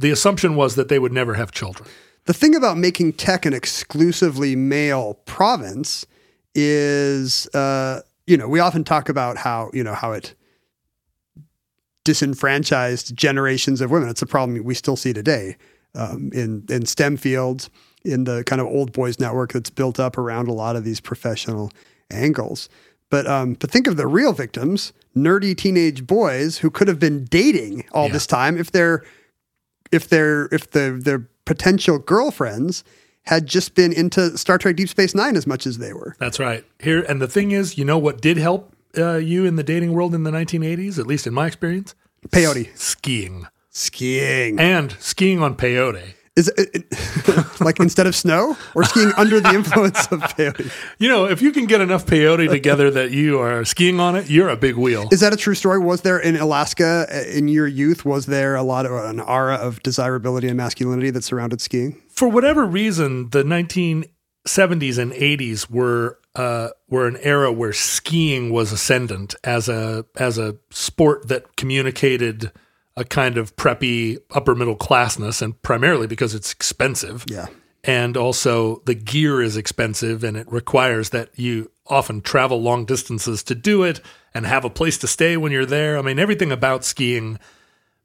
Speaker 2: the assumption was that they would never have children.
Speaker 5: The thing about making tech an exclusively male province is, uh, you know, we often talk about how you know how it disenfranchised generations of women. It's a problem we still see today um, in in STEM fields, in the kind of old boys network that's built up around a lot of these professional angles. But um, but think of the real victims: nerdy teenage boys who could have been dating all this time if their if their if the their potential girlfriends had just been into Star Trek Deep Space Nine as much as they were.
Speaker 2: That's right. Here and the thing is, you know what did help uh, you in the dating world in the 1980s, at least in my experience?
Speaker 5: Peyote
Speaker 2: Skiing
Speaker 5: skiing.
Speaker 2: and skiing on peyote.
Speaker 5: Is it, it- like instead of snow or skiing under the influence of peyote?
Speaker 2: You know, if you can get enough peyote together that you are skiing on it, you're a big wheel.
Speaker 5: Is that a true story? Was there in Alaska uh, in your youth? Was there a lot of an aura of desirability and masculinity that surrounded skiing?
Speaker 2: for whatever reason, the 1970s and 80s were uh, were an era where skiing was ascendant as a as a sport that communicated a kind of preppy upper middle classness, and primarily because it's expensive.
Speaker 5: Yeah.
Speaker 2: and also the gear is expensive, and it requires that you often travel long distances to do it and have a place to stay when you're there. I mean, everything about skiing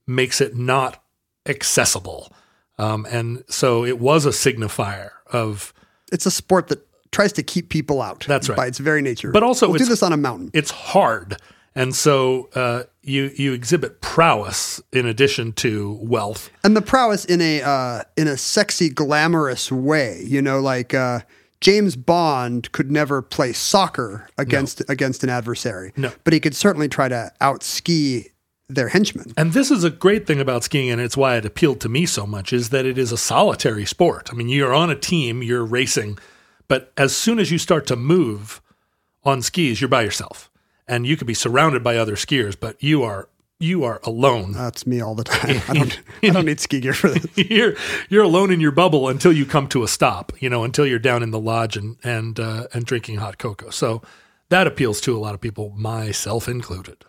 Speaker 2: makes it not accessible. Um, and so it was a signifier of,
Speaker 5: It's a sport that tries to keep people out.
Speaker 2: That's right.
Speaker 5: By its very nature.
Speaker 2: But also
Speaker 5: we'll do
Speaker 2: it's-
Speaker 5: this on a mountain.
Speaker 2: it's hard. And so uh, you you exhibit prowess in addition to wealth.
Speaker 5: and the prowess in a uh, in a sexy, glamorous way. You know, like uh, James Bond could never play soccer against against an adversary.
Speaker 2: No.
Speaker 5: but he could certainly try to out ski their henchmen.
Speaker 2: And this is a great thing about skiing, and it's why it appealed to me so much, is that it is a solitary sport. I mean, you're on a team, you're racing, but as soon as you start to move on skis, you're by yourself. And you could be surrounded by other skiers, but you are you are alone.
Speaker 5: That's me all the time. I don't I don't need ski gear for this.
Speaker 2: you're you're alone in your bubble until you come to a stop. You know, until you're down in the lodge and and uh, and drinking hot cocoa. So that appeals to a lot of people, myself included.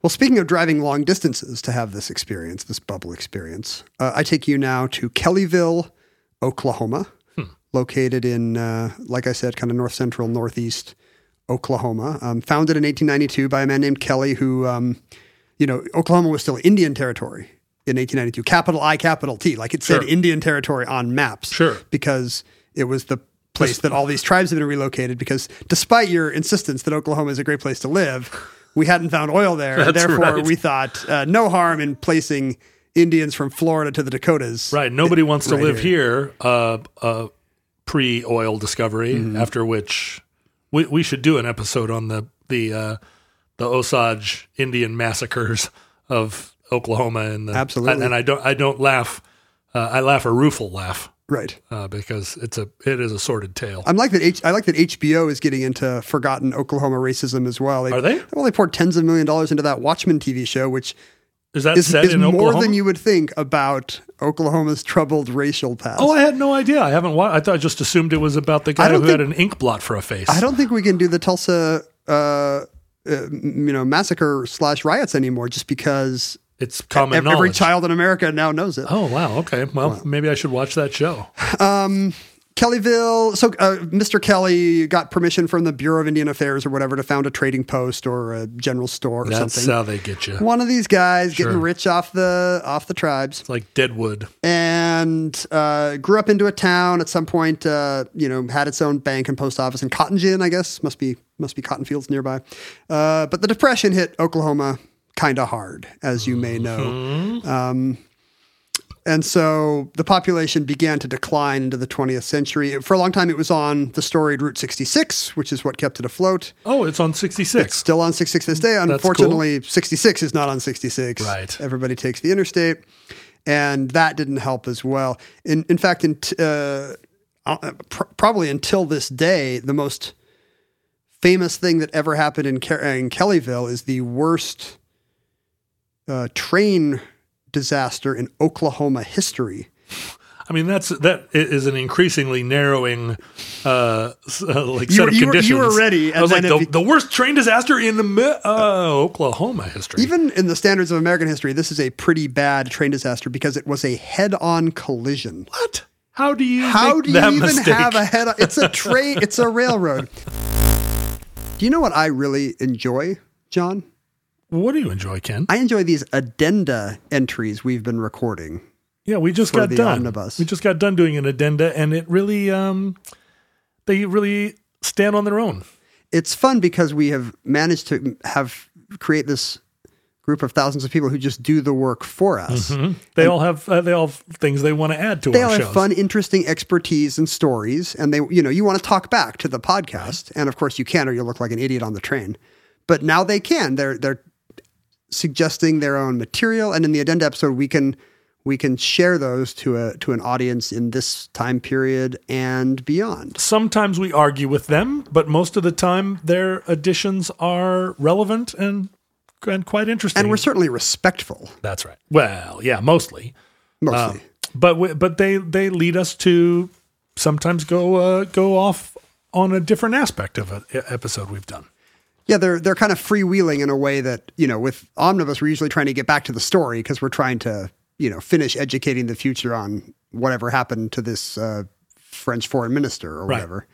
Speaker 5: Well, speaking of driving long distances to have this experience, this bubble experience, uh, I take you now to Kellyville, Oklahoma,
Speaker 2: Hmm.
Speaker 5: located in, uh, like I said, kind of north central, northeast Oklahoma. Um, founded in 1892 by a man named Kelly, who, um, you know, Oklahoma was still Indian territory in 1892, capital I, capital T. Like it said
Speaker 2: Sure.
Speaker 5: Indian territory on maps.
Speaker 2: Sure.
Speaker 5: Because it was the place that all these tribes have been relocated because despite your insistence that Oklahoma is a great place to live, we hadn't found oil there. and
Speaker 2: That's
Speaker 5: therefore,
Speaker 2: right.
Speaker 5: we thought uh, no harm in placing Indians from Florida to the Dakotas.
Speaker 2: Right. Nobody wants to
Speaker 5: right
Speaker 2: live here. Uh, uh, Pre oil discovery,
Speaker 5: Mm-hmm.
Speaker 2: after which we, we should do an episode on the the uh, the Osage Indian massacres of Oklahoma and the
Speaker 5: Absolutely.
Speaker 2: And I don't I don't laugh. Uh, I laugh a rueful laugh
Speaker 5: Right.
Speaker 2: uh, because it's a it is a sordid tale.
Speaker 5: I'm like that. H- I like that HBO is getting into forgotten Oklahoma racism as well.
Speaker 2: Are they?
Speaker 5: Well, they poured tens of million dollars into that Watchmen TV show, which
Speaker 2: Is that
Speaker 5: is,
Speaker 2: set
Speaker 5: is
Speaker 2: in
Speaker 5: more
Speaker 2: Oklahoma?
Speaker 5: than you would think about Oklahoma's troubled racial past.
Speaker 2: Oh, I had no idea. I haven't watched. I thought I just assumed it was about the guy
Speaker 5: don't
Speaker 2: who had
Speaker 5: think-
Speaker 2: an ink blot for a face.
Speaker 5: I don't think we can do the Tulsa, uh, uh, m- you know, massacre slash riots anymore, just because
Speaker 2: It's common
Speaker 5: ev-
Speaker 2: knowledge.
Speaker 5: every child in America now knows it.
Speaker 2: Oh wow. Okay. Well, maybe I should watch that show.
Speaker 5: Kellyville. So, uh, Mr. Kelly got permission from the Bureau of Indian Affairs or whatever to found a trading post or a general store or
Speaker 2: That's
Speaker 5: something.
Speaker 2: how they get you.
Speaker 5: One of these guys
Speaker 2: Sure.
Speaker 5: getting rich off the off the tribes.
Speaker 2: It's like Deadwood.
Speaker 5: and uh, grew up into a town. At some point, uh, you know, had its own bank and post office in cotton gin, I guess must be must be cotton fields nearby. Uh, but the depression hit Oklahoma kind of hard, as you may know, um, and so the population began to decline into the 20th century. For a long time, it was on the storied Route 66, which is what kept it afloat.
Speaker 2: Oh, it's on sixty six. Mm-hmm.
Speaker 5: Still on 66 this day. Unfortunately, 66 is not on 66.
Speaker 2: Right.
Speaker 5: Everybody takes the interstate. And that didn't help as well. In, in fact, in, t- uh, uh, pr- probably until this day, the most famous thing that ever happened in, Ke- in Kellyville is the worst uh, train disaster in Oklahoma history.
Speaker 2: I mean, that's that i- is an increasingly narrowing uh, s- uh, like
Speaker 5: You
Speaker 2: set
Speaker 5: were-
Speaker 2: of
Speaker 5: you were-
Speaker 2: conditions.
Speaker 5: you were ready,
Speaker 2: I was like
Speaker 5: and then
Speaker 2: the,
Speaker 5: it be-
Speaker 2: the worst train disaster in the mi- uh, Oklahoma history.
Speaker 5: Even in the standards of American history, this is a pretty bad train disaster because it was a head on collision.
Speaker 2: what? How do you?
Speaker 5: How
Speaker 2: make
Speaker 5: do you
Speaker 2: that
Speaker 5: even
Speaker 2: mistake?
Speaker 5: have a head? It's a train. it's a railroad. Do you know what I really enjoy, John?
Speaker 2: What do you enjoy, Ken?
Speaker 5: I enjoy these addenda entries we've been recording.
Speaker 2: Yeah, we just
Speaker 5: for
Speaker 2: got
Speaker 5: the
Speaker 2: done.
Speaker 5: omnibus.
Speaker 2: We just got done doing an addenda, and it really, um, they really stand on their own.
Speaker 5: It's fun because we have managed to have create this group of thousands of people who just do the work for us.
Speaker 2: They all have, uh, they all have things they want to add to
Speaker 5: They
Speaker 2: our
Speaker 5: all have
Speaker 2: shows.
Speaker 5: fun, interesting expertise and stories, and they, you know, you want to talk back to the podcast, and of course you can, or you'll look like an idiot on the train. But now they can. They're they're suggesting their own material, and in the addenda episode, we can we can share those to a to an audience in this time period and beyond.
Speaker 2: Sometimes we argue with them, but most of the time their additions are relevant and and quite interesting.
Speaker 5: And we're certainly respectful,
Speaker 2: that's right. Well, yeah, mostly, Um,
Speaker 5: mostly.
Speaker 2: but we, but they they lead us to sometimes go uh, go off on a different aspect of an e- episode we've done.
Speaker 5: yeah, they're they're kind of freewheeling in a way that you know, with omnibus, we're usually trying to get back to the story because we're trying to you know finish educating the future on whatever happened to this uh, French foreign minister or whatever.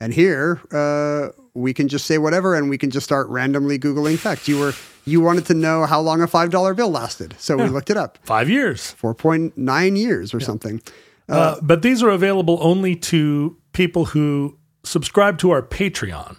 Speaker 5: And here uh, we can just say whatever, and we can just start randomly googling facts. You were you wanted to know how long a five dollar bill lasted, so we looked it up.
Speaker 2: Five years.
Speaker 5: Four point nine years or something.
Speaker 2: Uh, but these are available only to people who subscribe to our Patreon,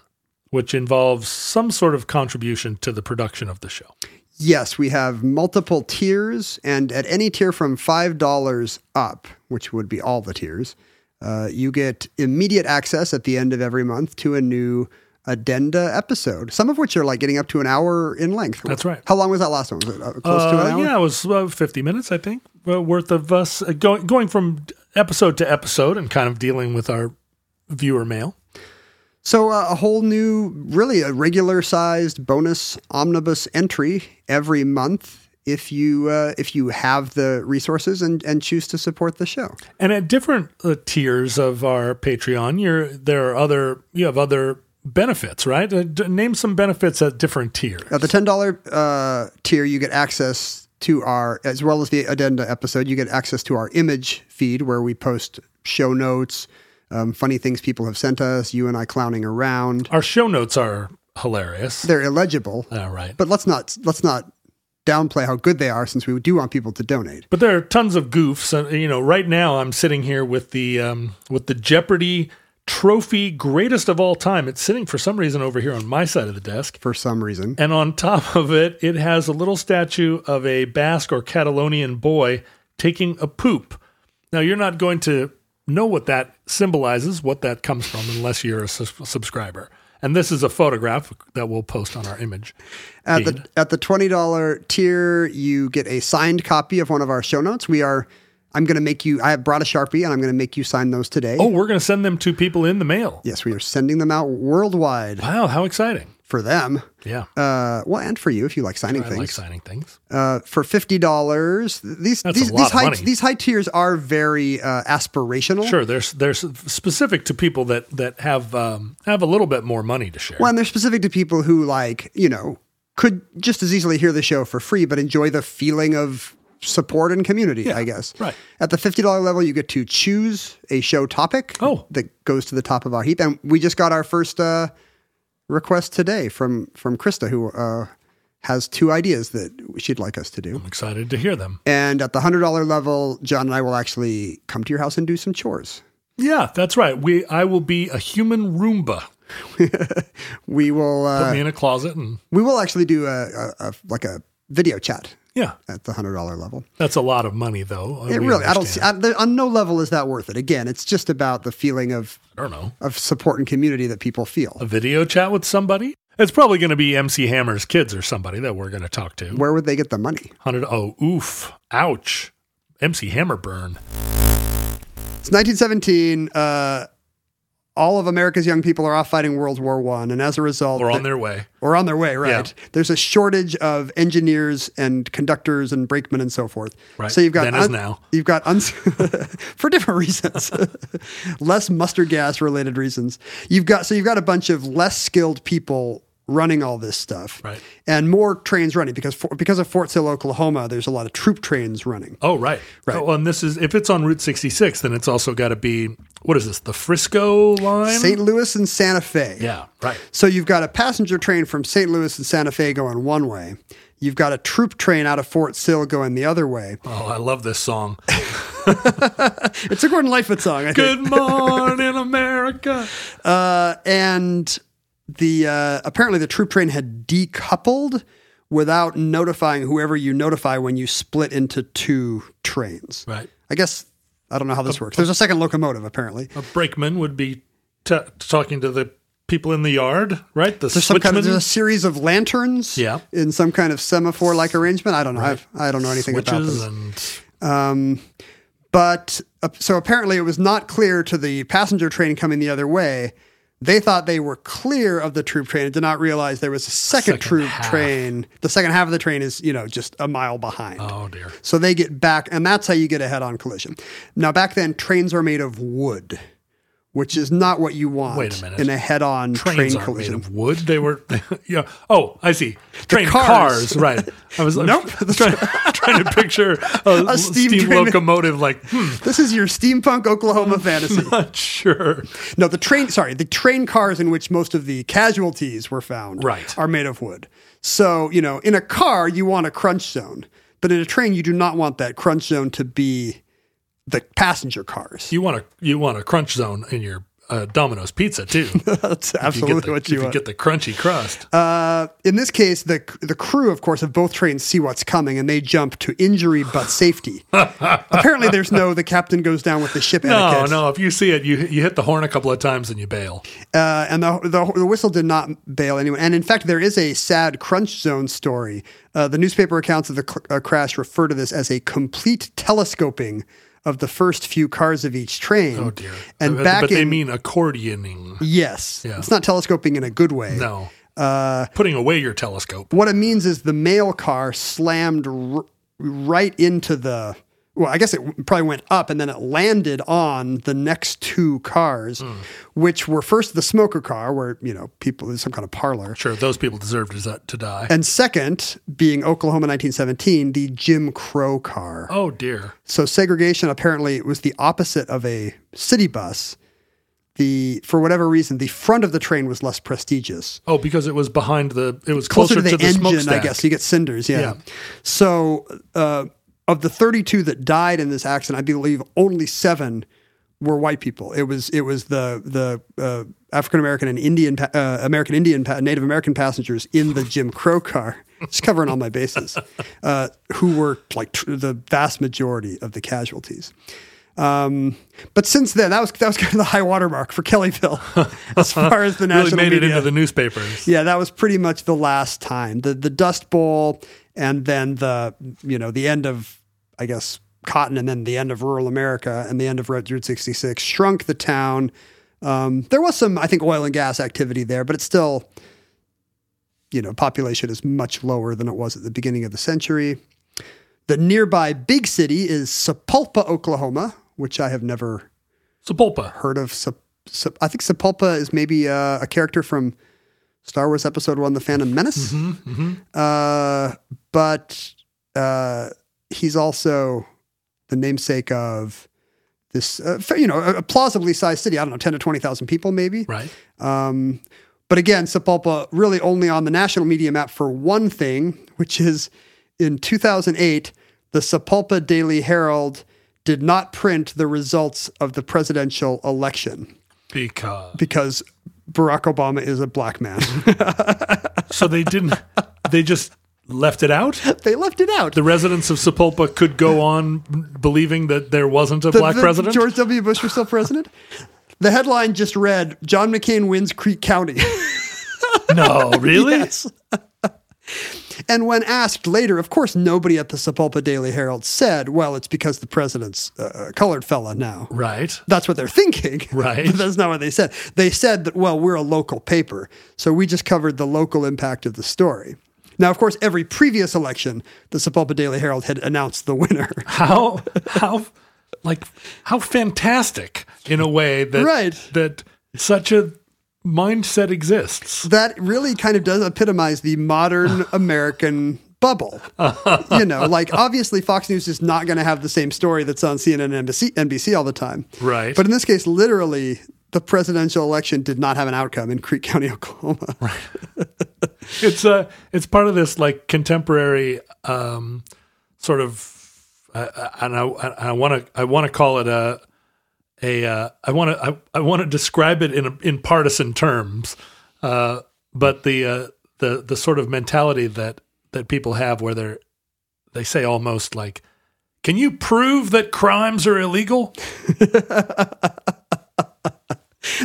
Speaker 2: which involves some sort of contribution to the production of the show.
Speaker 5: Yes, we have multiple tiers, and at any tier from $5 up, which would be all the tiers, uh, you get immediate access at the end of every month to a new addenda episode, some of which are like getting up to an hour in length.
Speaker 2: That's right.
Speaker 5: How long was that last one? Was it uh, close to an
Speaker 2: Uh,
Speaker 5: hour?
Speaker 2: yeah, it was uh, 50 minutes, I think, uh, worth of us uh, going going from episode to episode and kind of dealing with our viewer mail.
Speaker 5: So uh, a whole new, really a regular sized bonus omnibus entry every month if you uh, if you have the resources and, and choose to support the show.
Speaker 2: And at different uh, tiers of our Patreon, you're, there are other you have other benefits, right? Uh, d- name some benefits at different tiers.
Speaker 5: At the ten dollar uh, tier, you get access to our, as well as the addenda episode, you get access to our image feed where we post show notes, um, funny things people have sent us, you and I clowning around.
Speaker 2: Our show notes are hilarious.
Speaker 5: They're illegible,
Speaker 2: All right. But,
Speaker 5: but let's not let's not downplay how good they are since we do want people to donate.
Speaker 2: but there are tons of goofs. And, you know, right now I'm sitting here with the um, with the Jeopardy trophy, greatest of all time. It's sitting for some reason over here on my side of the desk.
Speaker 5: For some reason,
Speaker 2: And on top of it, it has a little statue of a Basque or Catalonian boy taking a poop. Now, you're not going to know what that symbolizes, what that comes from, unless you're a sus- subscriber. And this is a photograph that we'll post on our image.
Speaker 5: At the at the twenty dollar tier, you get a signed copy of one of our show notes. We are. I'm going to make you. I have brought a sharpie, and I'm going to make you sign those today.
Speaker 2: Oh, we're going to send them to people in the mail.
Speaker 5: yes, we are sending them out worldwide
Speaker 2: Wow, how exciting.
Speaker 5: for them.
Speaker 2: Yeah.
Speaker 5: Uh, well, and for you if you like signing
Speaker 2: I
Speaker 5: things.
Speaker 2: like signing things.
Speaker 5: uh, for fifty dollars, these
Speaker 2: That's a
Speaker 5: these
Speaker 2: lot
Speaker 5: these
Speaker 2: of
Speaker 5: high
Speaker 2: money.
Speaker 5: these high tiers are very uh, aspirational.
Speaker 2: Sure, they're, they're specific to people that, that have, um, have a little bit more money to share.
Speaker 5: Well, and they're specific to people who like you know could just as easily hear the show for free, but enjoy the feeling of support and community. I guess.
Speaker 2: right.
Speaker 5: At the fifty dollar level, you get to choose a show topic.
Speaker 2: Oh.
Speaker 5: That goes to the top of our heap, and we just got our first uh, request today from from Krista, who uh, has two ideas that she'd like us to do.
Speaker 2: I'm excited to hear them.
Speaker 5: And at the hundred dollar level, John and I will actually come to your house and do some chores.
Speaker 2: Yeah, that's right. We I will be a human Roomba.
Speaker 5: We will
Speaker 2: Put
Speaker 5: uh,
Speaker 2: me in a closet and
Speaker 5: we will actually do a, a, a like a video chat
Speaker 2: yeah,
Speaker 5: at the hundred dollar level.
Speaker 2: that's a lot of money though.
Speaker 5: It
Speaker 2: We
Speaker 5: really, I don't see
Speaker 2: understand.
Speaker 5: I, there, on no level is that worth it. Again, it's just about the feeling of
Speaker 2: I don't know.
Speaker 5: of support and community that people feel.
Speaker 2: A video chat with somebody. It's probably going to be MC Hammer's kids or somebody that we're going to talk to.
Speaker 5: Where would they get the money?
Speaker 2: Hundred. Oh, oof, ouch. MC Hammer burn.
Speaker 5: It's 1917. Uh, all of America's young people are off fighting World War One, and as a result,
Speaker 2: We're
Speaker 5: the-
Speaker 2: on their way.
Speaker 5: or on their way, right? There's a shortage of engineers and conductors and brakemen and so forth.
Speaker 2: Right.
Speaker 5: So you've got
Speaker 2: Then is now.
Speaker 5: You've got uns- for different reasons, less mustard gas related reasons. You've got so you've got a bunch of less skilled people running all this stuff,
Speaker 2: Right.
Speaker 5: And more trains running because for, because of Fort Sill, Oklahoma, there's a lot of troop trains running.
Speaker 2: Oh, right,
Speaker 5: Right.
Speaker 2: Oh, and this is if it's on Route 66, then it's also got to be what is this? The Frisco line.
Speaker 5: St. Louis and Santa Fe.
Speaker 2: yeah, right.
Speaker 5: So you've got a passenger train from St. Louis and Santa Fe going one way. You've got a troop train out of Fort Sill going the other way.
Speaker 2: Oh, I love this song.
Speaker 5: It's a Gordon Lightfoot song. I think.
Speaker 2: Good morning, America.
Speaker 5: And the uh, apparently the troop train had decoupled without notifying whoever you notify when you split into two trains.
Speaker 2: Right.
Speaker 5: I guess I don't know how this works. There's a second locomotive apparently.
Speaker 2: A brakeman would be t- talking to the people in the yard, right? The
Speaker 5: There's some kind of
Speaker 2: switchman?
Speaker 5: there's a series of lanterns.
Speaker 2: Yeah.
Speaker 5: In some kind of semaphore like arrangement. I don't know. I've- I don't know anything about
Speaker 2: switches
Speaker 5: this.
Speaker 2: and
Speaker 5: But uh, so apparently it was not clear to the passenger train coming the other way. They thought they were clear of the troop train and did not realize there was a second,
Speaker 2: Second
Speaker 5: troop
Speaker 2: half.
Speaker 5: train. The second half of the train is, you know, just a mile behind.
Speaker 2: oh dear,
Speaker 5: So they get back, and that's how you get a head on collision. Now, back then, trains are made of wood, which is not what you want
Speaker 2: Wait a minute.
Speaker 5: in a head on
Speaker 2: trains
Speaker 5: train
Speaker 2: aren't made
Speaker 5: collision.
Speaker 2: of wood. They were, yeah. Oh, I see. Train
Speaker 5: cars.
Speaker 2: cars. right? I was like,
Speaker 5: Nope.
Speaker 2: trying, trying to picture a, l-
Speaker 5: steam
Speaker 2: steam,
Speaker 5: train.
Speaker 2: locomotive. Like, hmm,
Speaker 5: This is your steampunk Oklahoma fantasy.
Speaker 2: not sure.
Speaker 5: No, the train, sorry, the train cars in which most of the casualties were found
Speaker 2: Right.
Speaker 5: are made of wood. So, you know, in a car, you want a crunch zone, but in a train, you do not want that crunch zone to be the passenger cars.
Speaker 2: You want a you want a crunch zone in your uh, Domino's pizza too.
Speaker 5: That's
Speaker 2: You get
Speaker 5: absolutely
Speaker 2: the,
Speaker 5: what
Speaker 2: if
Speaker 5: you want. Uh,
Speaker 2: get the crunchy crust.
Speaker 5: in this case, the the crew, of course, of both trains see what's coming and they jump to injury but safety. Apparently, there's no the captain goes down with the ship
Speaker 2: no,
Speaker 5: etiquette.
Speaker 2: no. If you see it, you you hit the horn a couple of times and you bail.
Speaker 5: Uh, and the, the the whistle did not bail anyone. And in fact, there is a sad crunch zone story. Uh, the newspaper accounts of the cl- uh, crash refer to this as a complete telescoping of the first few cars of each train. Oh
Speaker 2: Dear.
Speaker 5: And
Speaker 2: but,
Speaker 5: back
Speaker 2: but
Speaker 5: in
Speaker 2: they mean accordioning.
Speaker 5: yes, it's not telescoping in a good way.
Speaker 2: No. Uh, Putting away your telescope.
Speaker 5: What it means is the mail car slammed r- right into the. well, I guess it probably went up and then it landed on the next two cars,
Speaker 2: Hmm.
Speaker 5: which were first the smoker car, where, you know, people, some kind of parlor.
Speaker 2: Sure, those people deserve to, to die.
Speaker 5: And second, being Oklahoma 1917, the Jim Crow car.
Speaker 2: oh dear.
Speaker 5: So segregation apparently was the opposite of a city bus. The for whatever reason, the front of the train was less prestigious,
Speaker 2: Oh, because it was behind the. It was
Speaker 5: closer,
Speaker 2: closer,
Speaker 5: to the, engine, I
Speaker 2: smokestack.
Speaker 5: guess. You get cinders, yeah.
Speaker 2: Yeah.
Speaker 5: So uh, of the 32 that died in this accident, I believe only seven were white people. It was it was the the uh, African American and Indian pa- uh, American Indian pa- Native American passengers in the Jim Crow car. Just covering all my bases, uh, who were like tr- the vast majority of the casualties. Um, But since then, that was that was kind of the high watermark for Kellyville, as far as the
Speaker 2: Really
Speaker 5: national
Speaker 2: made it
Speaker 5: media.
Speaker 2: into the newspapers.
Speaker 5: yeah, that was pretty much the last time the the Dust Bowl, and then the you know the end of I guess cotton, and then the end of rural America, and the end of Route 66 shrunk the town. Um, there was some I think oil and gas activity there, but it's still you know population is much lower than it was at the beginning of the century. The nearby big city is Sepulpa, Oklahoma, which I have never
Speaker 2: Sepulpa.
Speaker 5: heard of. Sep- Sep- I think Sepulpa is maybe uh, a character from Star Wars Episode One: The Phantom Menace. Uh, but uh, he's also the namesake of this, uh, fa- you know, a a plausibly sized city. I don't know, ten to twenty thousand people, maybe.
Speaker 2: Right.
Speaker 5: Um, but again, Sepulpa really only on the national media map for one thing, which is in 2008, the Sepulpa Daily Herald did not print the results of the presidential election
Speaker 2: Because.
Speaker 5: because Barack Obama is a black man.
Speaker 2: So they didn't. They just left it out.
Speaker 5: they left it out.
Speaker 2: The residents of Sepulpa could go on believing that there wasn't a
Speaker 5: The-
Speaker 2: black
Speaker 5: the-
Speaker 2: president.
Speaker 5: George W. Bush was still president. The headline just read John McCain wins Creek County.
Speaker 2: no, really.
Speaker 5: Yes. and when asked later, of course, nobody at the Sepulpa Daily Herald said, well, it's because the president's uh, a colored fella now.
Speaker 2: Right.
Speaker 5: That's what they're thinking.
Speaker 2: Right.
Speaker 5: But that's not what they said. They said that, well, we're a local paper. So we just covered the local impact of the story. Now, of course, every previous election, the Sepulpa Daily Herald had announced the winner.
Speaker 2: How how like how fantastic in a way that
Speaker 5: Right.
Speaker 2: that such a mindset exists.
Speaker 5: that really kind of does epitomize the modern American bubble. you know, like obviously Fox News is not going to have the same story that's on CNN and NBC, NBC all the time.
Speaker 2: Right.
Speaker 5: But in this case, literally, the presidential election did not have an outcome in Creek County, Oklahoma.
Speaker 2: It's a it's part of this like contemporary um sort of uh, and I I want to I want to call it a a uh, I want to I, I want to describe it in a, in partisan terms, uh, but the uh, the the sort of mentality that that people have where they're they say almost like, can you prove that crimes are illegal?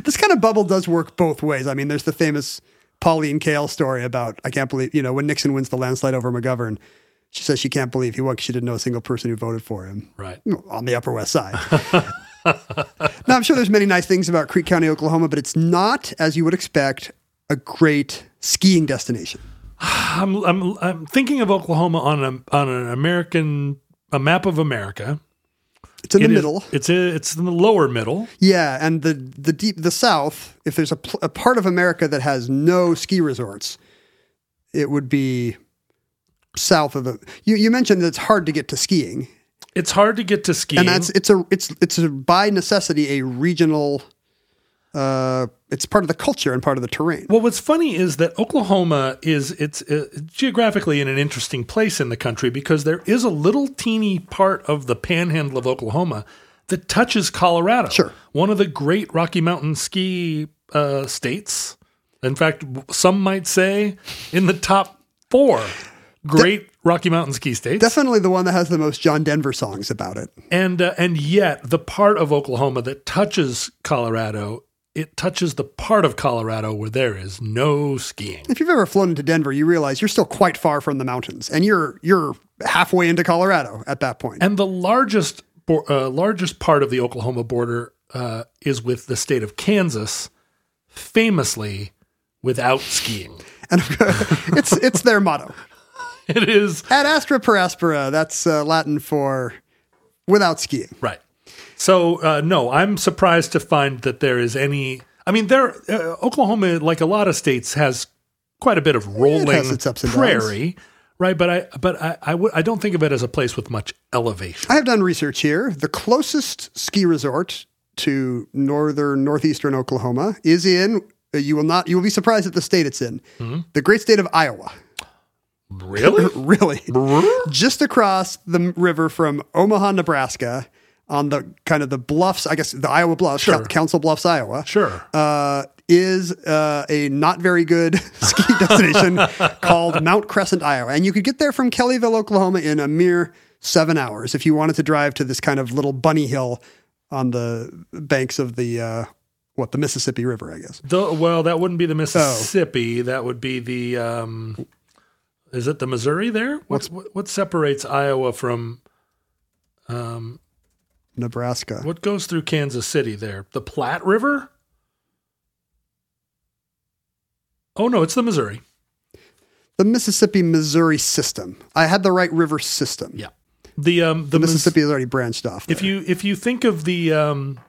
Speaker 5: This kind of bubble does work both ways. I mean, there's the famous Pauline Kael story about, I can't believe, you know, when Nixon wins the landslide over McGovern, she says she can't believe he won 'cause she didn't know a single person who voted for him.
Speaker 2: Right.
Speaker 5: on the Upper West Side. now, I'm sure there's many nice things about Creek County, Oklahoma, but it's not, as you would expect, a great skiing destination.
Speaker 2: I'm I'm I'm thinking of Oklahoma on a on an American a map of America.
Speaker 5: It's in
Speaker 2: It
Speaker 5: the
Speaker 2: is-
Speaker 5: middle.
Speaker 2: it's a, it's in the lower middle.
Speaker 5: Yeah, and the the deep the South. If there's a, pl- a part of America that has no ski resorts, it would be south of the. You, you mentioned that it's hard to get to skiing,
Speaker 2: It's hard to get to skiing.
Speaker 5: and that's it's a it's it's a, by necessity a regional. Uh, it's part of the culture and part of the terrain.
Speaker 2: well, what's funny is that Oklahoma is it's uh, geographically in an interesting place in the country because there is a little teeny part of the panhandle of Oklahoma that touches Colorado.
Speaker 5: Sure.
Speaker 2: one of the great Rocky Mountain ski uh, states. In fact, w- some might say in the top four great Rocky Mountain ski states.
Speaker 5: Definitely the one that has the most John Denver songs about it.
Speaker 2: and uh, and yet the part of Oklahoma that touches Colorado, it touches the part of Colorado where there is no skiing.
Speaker 5: if you've ever flown into Denver, you realize you're still quite far from the mountains, and you're you're halfway into Colorado at that point.
Speaker 2: And the largest bor- uh, largest part of the Oklahoma border uh, is with the state of Kansas, famously without skiing.
Speaker 5: And it's it's their motto.
Speaker 2: It is
Speaker 5: Ad astra per aspera. That's uh, Latin for without skiing.
Speaker 2: Right. So uh, no, I'm surprised to find that there is any. I mean, there uh, Oklahoma, like a lot of states, has quite a bit of rolling
Speaker 5: has its ups and downs.
Speaker 2: prairie, right? But I but I I, w- I don't think of it as a place with much elevation.
Speaker 5: I have done research here. The closest ski resort to northern northeastern Oklahoma is in uh, you will not you will be surprised at the state it's in. The great state of Iowa.
Speaker 2: Really?
Speaker 5: really. Just across the m- river from Omaha, Nebraska, on the kind of the bluffs, I guess the Iowa Bluffs,
Speaker 2: Sure.
Speaker 5: Coun- Council Bluffs, Iowa.
Speaker 2: Sure.
Speaker 5: Uh, is uh, a not very good ski destination called Mount Crescent, Iowa. And you could get there from Kellyville, Oklahoma in a mere seven hours if you wanted to drive to this kind of little bunny hill on the banks of the, uh, what, the Mississippi River, I guess.
Speaker 2: The- well, that wouldn't
Speaker 5: Oh.
Speaker 2: be the Mississippi. That would be the. Um, is it the Missouri? There. What's what, what separates Iowa from
Speaker 5: Nebraska.
Speaker 2: what goes through Kansas City? There, the Platte River. Oh no, it's the Missouri.
Speaker 5: The Mississippi Missouri system. I had the right river system.
Speaker 2: Yeah. The um the,
Speaker 5: The
Speaker 2: Miss-
Speaker 5: Mississippi has already branched off.
Speaker 2: if
Speaker 5: there.
Speaker 2: you if you think of the um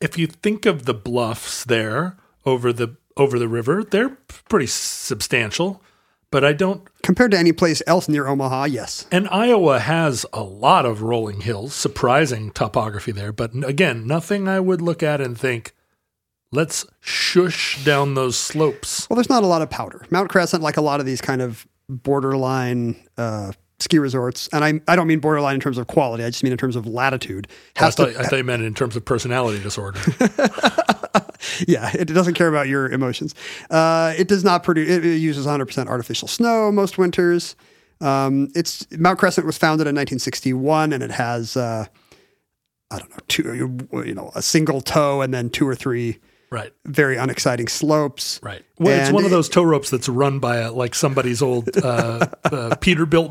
Speaker 2: if you think of the bluffs there over the over the river, they're pretty substantial, but I don't
Speaker 5: compared to any place else near Omaha, yes.
Speaker 2: and Iowa has a lot of rolling hills, surprising topography there, but n- again, nothing I would look at and think let's shush down those slopes.
Speaker 5: Well, there's not a lot of powder. Mount Crescent, like a lot of these kind of borderline uh, ski resorts, and I, I don't mean borderline in terms of quality. I just mean in terms of latitude.
Speaker 2: Oh, I
Speaker 5: Has
Speaker 2: thought,
Speaker 5: to,
Speaker 2: I thought you meant in terms of personality disorder.
Speaker 5: yeah, it doesn't care about your emotions. Uh, it does not produce. It, it uses 100% artificial snow most winters. Um, it's Mount Crescent was founded in 1961, and it has uh, I don't know two you know a single toe and then two or three
Speaker 2: right.
Speaker 5: very unexciting slopes.
Speaker 2: Right. Well, it's
Speaker 5: And
Speaker 2: one of
Speaker 5: it-
Speaker 2: those tow ropes that's run by a, like somebody's old uh, uh, Peterbilt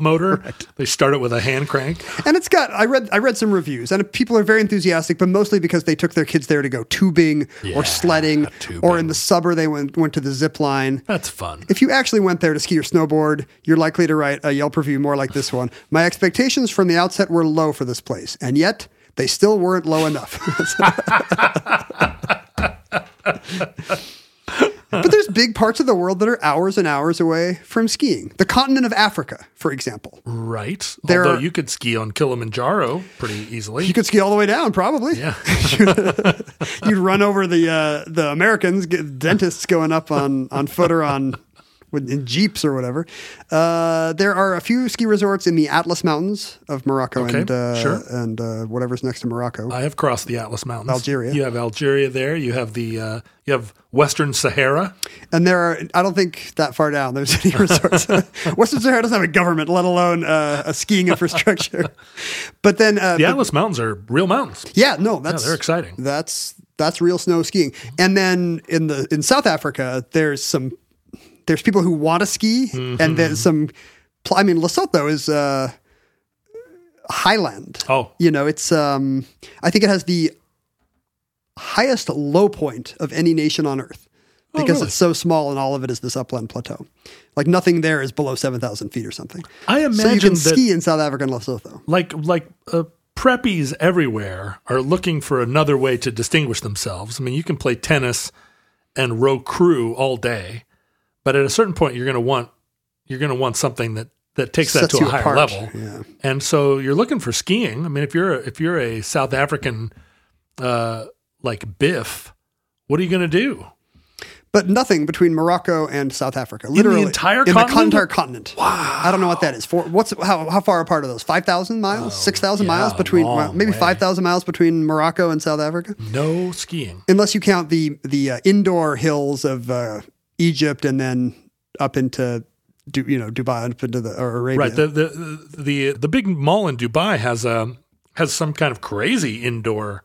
Speaker 2: motor. They start it with a hand crank.
Speaker 5: And it's got I read I read some reviews and people are very enthusiastic, but mostly because they took their kids there to go tubing
Speaker 2: Yeah,
Speaker 5: or sledding,
Speaker 2: tubing.
Speaker 5: or in the summer they went went to the zip line.
Speaker 2: That's fun.
Speaker 5: If you actually went there to ski or snowboard, you're likely to write a Yelp review more like this one. My expectations from the outset were low for this place, and yet they still weren't low enough. but there's big parts of the world that are hours and hours away from skiing. The continent of Africa, for example.
Speaker 2: Right.
Speaker 5: There
Speaker 2: Although
Speaker 5: are-
Speaker 2: you could ski on Kilimanjaro pretty easily.
Speaker 5: You could ski all the way down, probably.
Speaker 2: yeah.
Speaker 5: you'd run over the uh, the Americans, get dentists going up on on foot or on with, in jeeps or whatever. Uh, there are a few ski resorts in the Atlas Mountains of Morocco
Speaker 2: Okay,
Speaker 5: and uh,
Speaker 2: sure. Uh,
Speaker 5: and uh, whatever's next to Morocco.
Speaker 2: I have crossed the Atlas Mountains.
Speaker 5: Algeria.
Speaker 2: You have Algeria there. You have the uh, you have Western Sahara.
Speaker 5: and there are I don't think that far down there's any resorts. Western Sahara doesn't have a government, let alone uh, a skiing infrastructure. but then uh,
Speaker 2: The
Speaker 5: the-
Speaker 2: Atlas Mountains are real mountains.
Speaker 5: Yeah, no, that's
Speaker 2: they're exciting.
Speaker 5: That's that's real snow skiing. And then in the in South Africa, there's some there's people who want to ski,
Speaker 2: Mm-hmm.
Speaker 5: and there's some. pl- I mean, Lesotho is uh, highland.
Speaker 2: Oh.
Speaker 5: you know, it's um, I think it has the highest low point of any nation on earth because
Speaker 2: Oh, really?
Speaker 5: it's so small and all of it is this upland plateau. Like nothing there is below seven thousand feet or something.
Speaker 2: I imagine
Speaker 5: so you can
Speaker 2: that
Speaker 5: ski in South Africa and Lesotho.
Speaker 2: like like uh, preppies everywhere are looking for another way to distinguish themselves. I mean, you can play tennis and row crew all day, but at a certain point, you're going to want you're going to want something that that takes
Speaker 5: Sets
Speaker 2: that to
Speaker 5: you
Speaker 2: a higher
Speaker 5: apart,
Speaker 2: level.
Speaker 5: yeah.
Speaker 2: And so you're looking for skiing. I mean, if you're a, if you're a South African uh, like Biff, what are you going to do?
Speaker 5: but nothing between Morocco and South Africa. Literally,
Speaker 2: entire
Speaker 5: in the
Speaker 2: continent?
Speaker 5: entire continent. Wow! I don't know what that is. For what's how how far apart are those? Five thousand miles, six thousand
Speaker 2: Oh, yeah,
Speaker 5: miles between,
Speaker 2: long
Speaker 5: well, maybe
Speaker 2: way.
Speaker 5: five thousand miles between Morocco and South Africa,
Speaker 2: No skiing.
Speaker 5: unless you count the the uh, indoor hills of uh, Egypt and then up into. Du, you know Dubai up into the or Arabia.
Speaker 2: Right. The, the the the big mall in Dubai has a has some kind of crazy indoor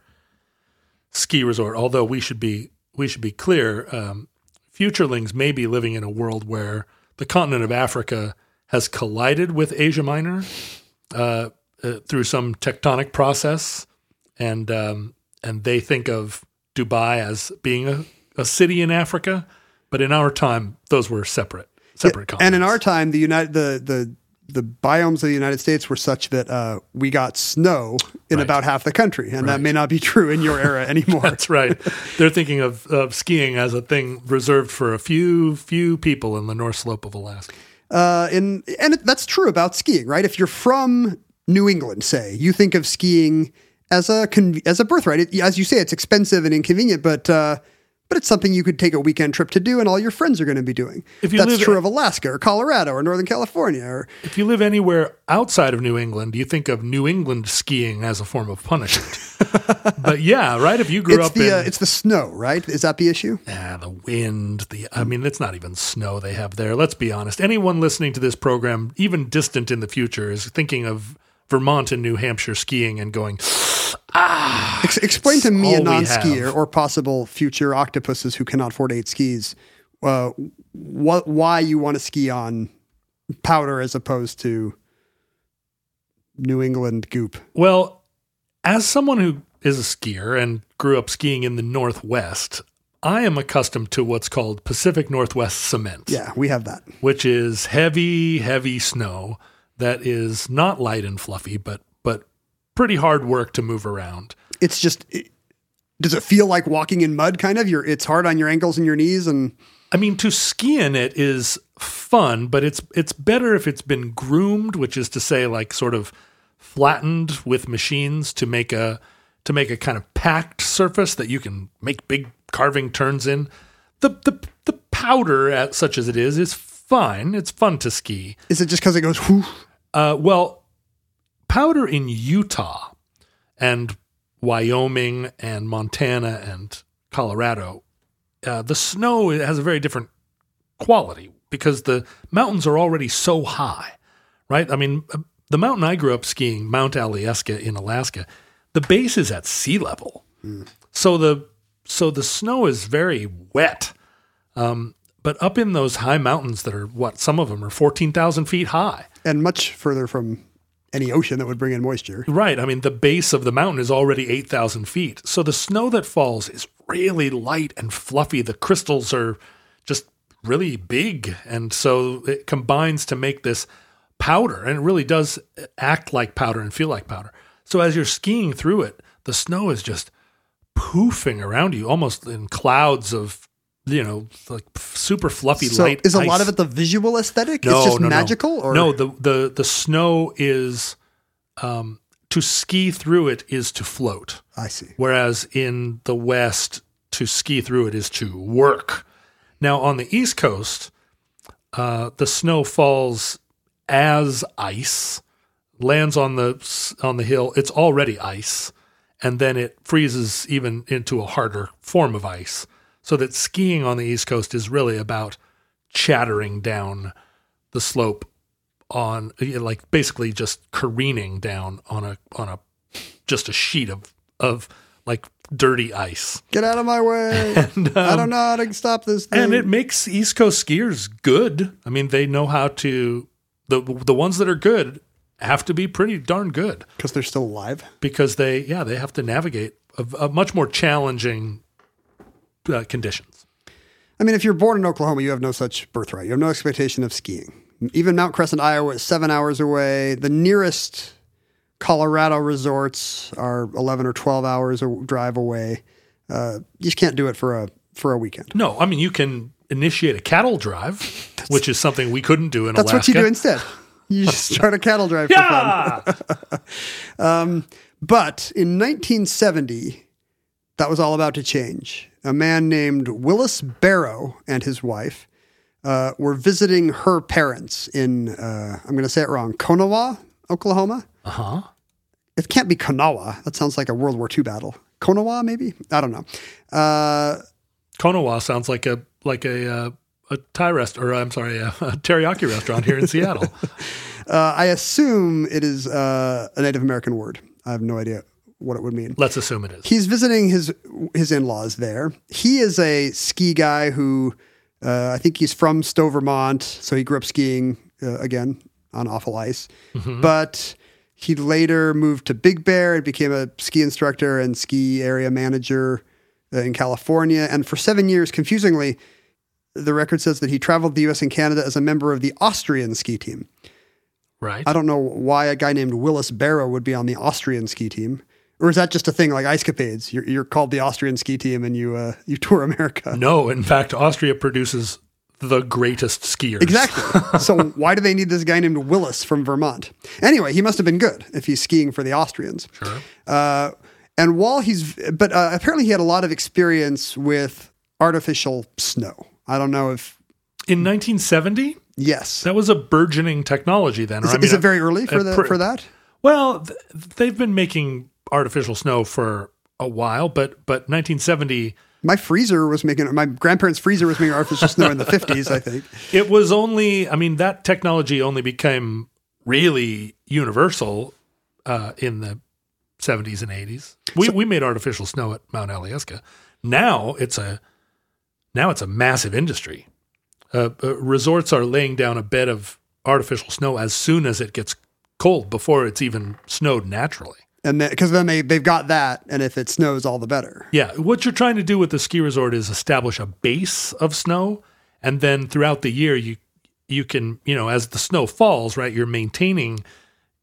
Speaker 2: ski resort. Although we should be we should be clear, um, futurelings may be living in a world where the continent of Africa has collided with Asia Minor uh, uh, through some tectonic process, and um, and they think of Dubai as being a, a city in Africa, but in our time those were separate separate continents.
Speaker 5: and in our time, the United the the the biomes of the United States were such that uh, we got snow in
Speaker 2: Right.
Speaker 5: about half the country, and that may not be true in your era anymore.
Speaker 2: That's right. They're thinking of, of skiing as a thing reserved for a few few people in the north slope of Alaska.
Speaker 5: uh, in, and it, that's true about skiing, right? If you're from New England, say, you think of skiing as a con- as a birthright. It, as you say, it's expensive and inconvenient, but uh, but it's something you could take a weekend trip to do, and all your friends are going to be doing.
Speaker 2: If you
Speaker 5: that's
Speaker 2: live-
Speaker 5: true of Alaska or Colorado or Northern California or
Speaker 2: If you live anywhere outside of New England, you think of New England skiing as a form of punishment. but yeah, right. If you grew
Speaker 5: it's
Speaker 2: up
Speaker 5: the
Speaker 2: in
Speaker 5: uh, it's the snow, right? Is that the issue?
Speaker 2: Ah, the wind, the I mean, it's not even snow they have there. Let's be honest. Anyone listening to this program, even distant in the future, is thinking of Vermont and New Hampshire skiing and going,
Speaker 5: Ex- explain to me
Speaker 2: all
Speaker 5: a
Speaker 2: we
Speaker 5: non-skier
Speaker 2: have.
Speaker 5: or possible future octopuses who cannot afford eight skis, uh, what why you want to ski on powder as opposed to New England goop?
Speaker 2: Well, as someone who is a skier and grew up skiing in the Northwest, I am accustomed to what's called Pacific Northwest cement,
Speaker 5: Yeah, we have that.
Speaker 2: which is heavy, heavy snow that is not light and fluffy, but but pretty hard work to move around.
Speaker 5: It's just. It, does it feel like walking in mud? Kind of. You're. It's hard on your ankles and your knees, and
Speaker 2: I mean, to ski in it is fun, but it's it's better if it's been groomed, which is to say, like sort of flattened with machines to make a to make a kind of packed surface that you can make big carving turns in. The the the powder, at, such as it is, is fine. It's fun to ski.
Speaker 5: is it just because it goes? Whoo,
Speaker 2: Uh, well, powder in Utah and Wyoming and Montana and Colorado, uh, the snow has a very different quality because the mountains are already so high, right? I mean, uh, the mountain I grew up skiing, Mount Alyeska in Alaska, the base is at sea level, so the so the snow is very wet. Um, but up in those high mountains that are what some of them are fourteen thousand feet high,
Speaker 5: and much further from any ocean that would bring in moisture.
Speaker 2: Right. I mean, the base of the mountain is already 8,000 feet. So the snow that falls is really light and fluffy. The crystals are just really big. And so it combines to make this powder. And it really does act like powder and feel like powder. So as you're skiing through it, the snow is just poofing around you, almost in clouds of, you know, like super fluffy
Speaker 5: So,
Speaker 2: light.
Speaker 5: is a lot
Speaker 2: ice.
Speaker 5: of it the visual aesthetic? it's just magical,
Speaker 2: No.
Speaker 5: or
Speaker 2: no, the the the snow is um, to ski through it is to float,
Speaker 5: I see.
Speaker 2: whereas in the West to ski through it is to work. Now on the East Coast, uh, the snow falls as ice, lands on the s- on the hill. It's already ice, and then it freezes even into a harder form of ice. So that skiing on the East Coast is really about chattering down the slope on like basically just careening down on a on a just a sheet of of like dirty ice.
Speaker 5: Get out of my way. I don't know how to stop this thing.
Speaker 2: um, And it makes East Coast skiers good. I mean, they know how to the the ones that are good have to be pretty darn good
Speaker 5: Because they're still alive.
Speaker 2: because they yeah, they have to navigate a, a much more challenging uh, conditions.
Speaker 5: I mean, if you're born in Oklahoma, you have no such birthright. You have no expectation of skiing. Even Mount Crescent, Iowa is seven hours away. The nearest Colorado resorts are 11 or 12 hours a drive away. Uh, you just can't do it for a for a weekend.
Speaker 2: No, I mean you can initiate a cattle drive, which is something we couldn't do in
Speaker 5: That's
Speaker 2: Alaska.
Speaker 5: what you do instead. You just start a cattle drive for fun. Um,
Speaker 2: yeah!
Speaker 5: But in 1970, that was all about to change. A man named Willis Barrow and his wife uh, were visiting her parents in, uh, I'm going to say it wrong, Konawa, Oklahoma.
Speaker 2: Uh huh.
Speaker 5: It can't be Konawa. That sounds like a World War II battle. Konawa, maybe? I don't know. Uh,
Speaker 2: Konawa sounds like a like a uh, a Thai rest or I'm sorry, a, a teriyaki restaurant here in Seattle.
Speaker 5: uh, I assume it is uh, a Native American word. I have no idea what it would mean.
Speaker 2: Let's assume it is.
Speaker 5: he's visiting his his in laws there. He is a ski guy who uh, I think he's from Stowe, Vermont, so he grew up skiing uh, again on awful ice. But he later moved to Big Bear and became a ski instructor and ski area manager uh, in California. And for seven years, confusingly, the record says that he traveled the U.S. and Canada as a member of the Austrian ski team.
Speaker 2: Right.
Speaker 5: I don't know why a guy named Willis Barrow would be on the Austrian ski team. Or is that just a thing like ice capades? You're, you're called the Austrian ski team and you uh, you tour America.
Speaker 2: No, in fact, Austria produces the greatest skiers.
Speaker 5: Exactly. so why do they need this guy named Willis from Vermont? Anyway, he must have been good if he's skiing for the Austrians.
Speaker 2: Sure.
Speaker 5: Uh, and while he's, but uh, apparently he had a lot of experience with artificial snow. I don't know if
Speaker 2: In 1970,
Speaker 5: yes,
Speaker 2: that was a burgeoning technology then. or
Speaker 5: is,
Speaker 2: I
Speaker 5: it-
Speaker 2: mean,
Speaker 5: is it very early
Speaker 2: uh,
Speaker 5: for the,
Speaker 2: pr-
Speaker 5: for that?
Speaker 2: Well, th- they've been making artificial snow for a while, but but 1970
Speaker 5: My freezer was making my grandparents' freezer was making artificial snow in the fifties, I think.
Speaker 2: it was only I mean that technology only became really universal uh, in the 70s and 80s. We we made artificial snow at Mount Alyeska. Now it's a now it's a massive industry. Uh, uh, resorts are laying down a bed of artificial snow as soon as it gets cold before it's even snowed naturally.
Speaker 5: And because then they they've got that, and if it snows, all the better.
Speaker 2: Yeah, what you're trying to do with the ski resort is establish a base of snow, and then throughout the year you you can you know as the snow falls, right? You're maintaining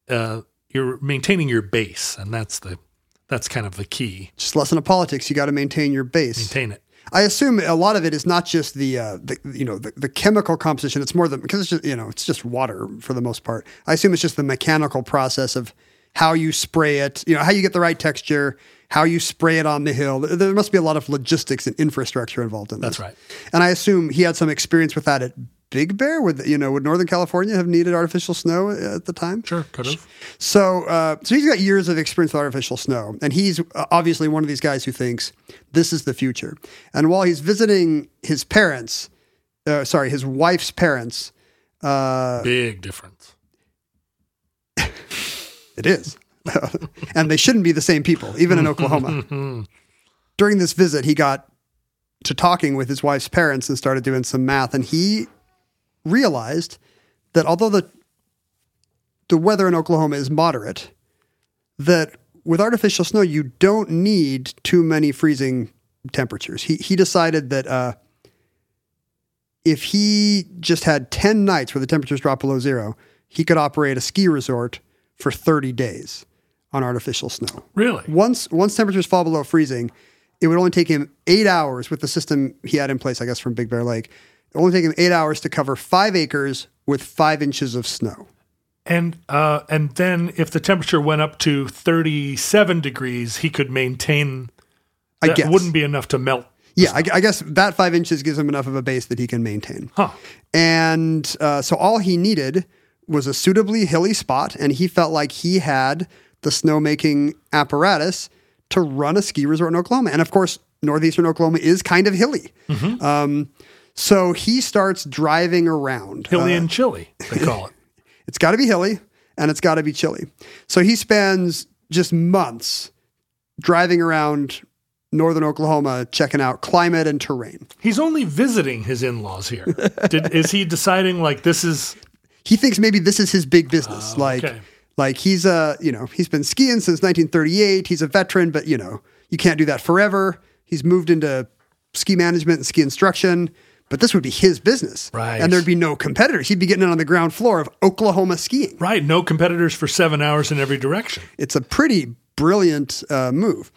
Speaker 2: uh, you're maintaining your base, and that's the that's kind of the key.
Speaker 5: Just lesson of politics. You got to maintain your base.
Speaker 2: Maintain it.
Speaker 5: I assume a lot of it is not just the, uh, the you know the, the chemical composition. It's more the because it's just, you know it's just water for the most part. I assume it's just the mechanical process of how you spray it. You know how you get the right texture, how you spray it on the hill. There there must be a lot of logistics and infrastructure involved in this.
Speaker 2: That's right.
Speaker 5: And I assume he had some experience with that at Big Bear. Would you know would Northern California have needed artificial snow at the time?
Speaker 2: Sure, could have.
Speaker 5: So, uh, so he's got years of experience with artificial snow, and he's uh, obviously one of these guys who thinks this is the future. And while he's visiting his parents, uh, sorry, his wife's parents, Uh,
Speaker 2: Big difference.
Speaker 5: it is, and they shouldn't be the same people, even in Oklahoma. During this visit, he got to talking with his wife's parents and started doing some math, and he realized that although the the weather in Oklahoma is moderate, that with artificial snow you don't need too many freezing temperatures. He he decided that uh, if he just had ten nights where the temperatures drop below zero, he could operate a ski resort for thirty days on artificial snow.
Speaker 2: Really?
Speaker 5: Once once temperatures fall below freezing, it would only take him eight hours with the system he had in place, I guess, from Big Bear Lake. It would only take him eight hours to cover five acres with five inches of snow.
Speaker 2: And uh, and then if the temperature went up to 37 degrees, he could maintain.
Speaker 5: I
Speaker 2: that
Speaker 5: guess
Speaker 2: wouldn't be enough to melt.
Speaker 5: Yeah, I, I guess that five inches gives him enough of a base that he can maintain.
Speaker 2: Huh.
Speaker 5: And uh, so all he needed was a suitably hilly spot, and he felt like he had the snowmaking apparatus to run a ski resort in Oklahoma. And of course, northeastern Oklahoma is kind of hilly. Um, so he starts driving around.
Speaker 2: Hilly and chilly, they call it.
Speaker 5: It's got to be hilly and it's got to be chilly. So he spends just months driving around northern Oklahoma, checking out climate and terrain.
Speaker 2: He's only visiting his in-laws here. Did, is he deciding like this is
Speaker 5: He thinks maybe this is his big business. like,
Speaker 2: Oh, okay.
Speaker 5: like he's a you know he's been skiing since 1938. He's a veteran, but you know you can't do that forever. He's moved into ski management and ski instruction. But this would be his business.
Speaker 2: Right.
Speaker 5: And there'd be no competitors. He'd be getting in on the ground floor of Oklahoma skiing.
Speaker 2: right? No competitors for seven hours in every direction.
Speaker 5: It's a pretty brilliant uh, move.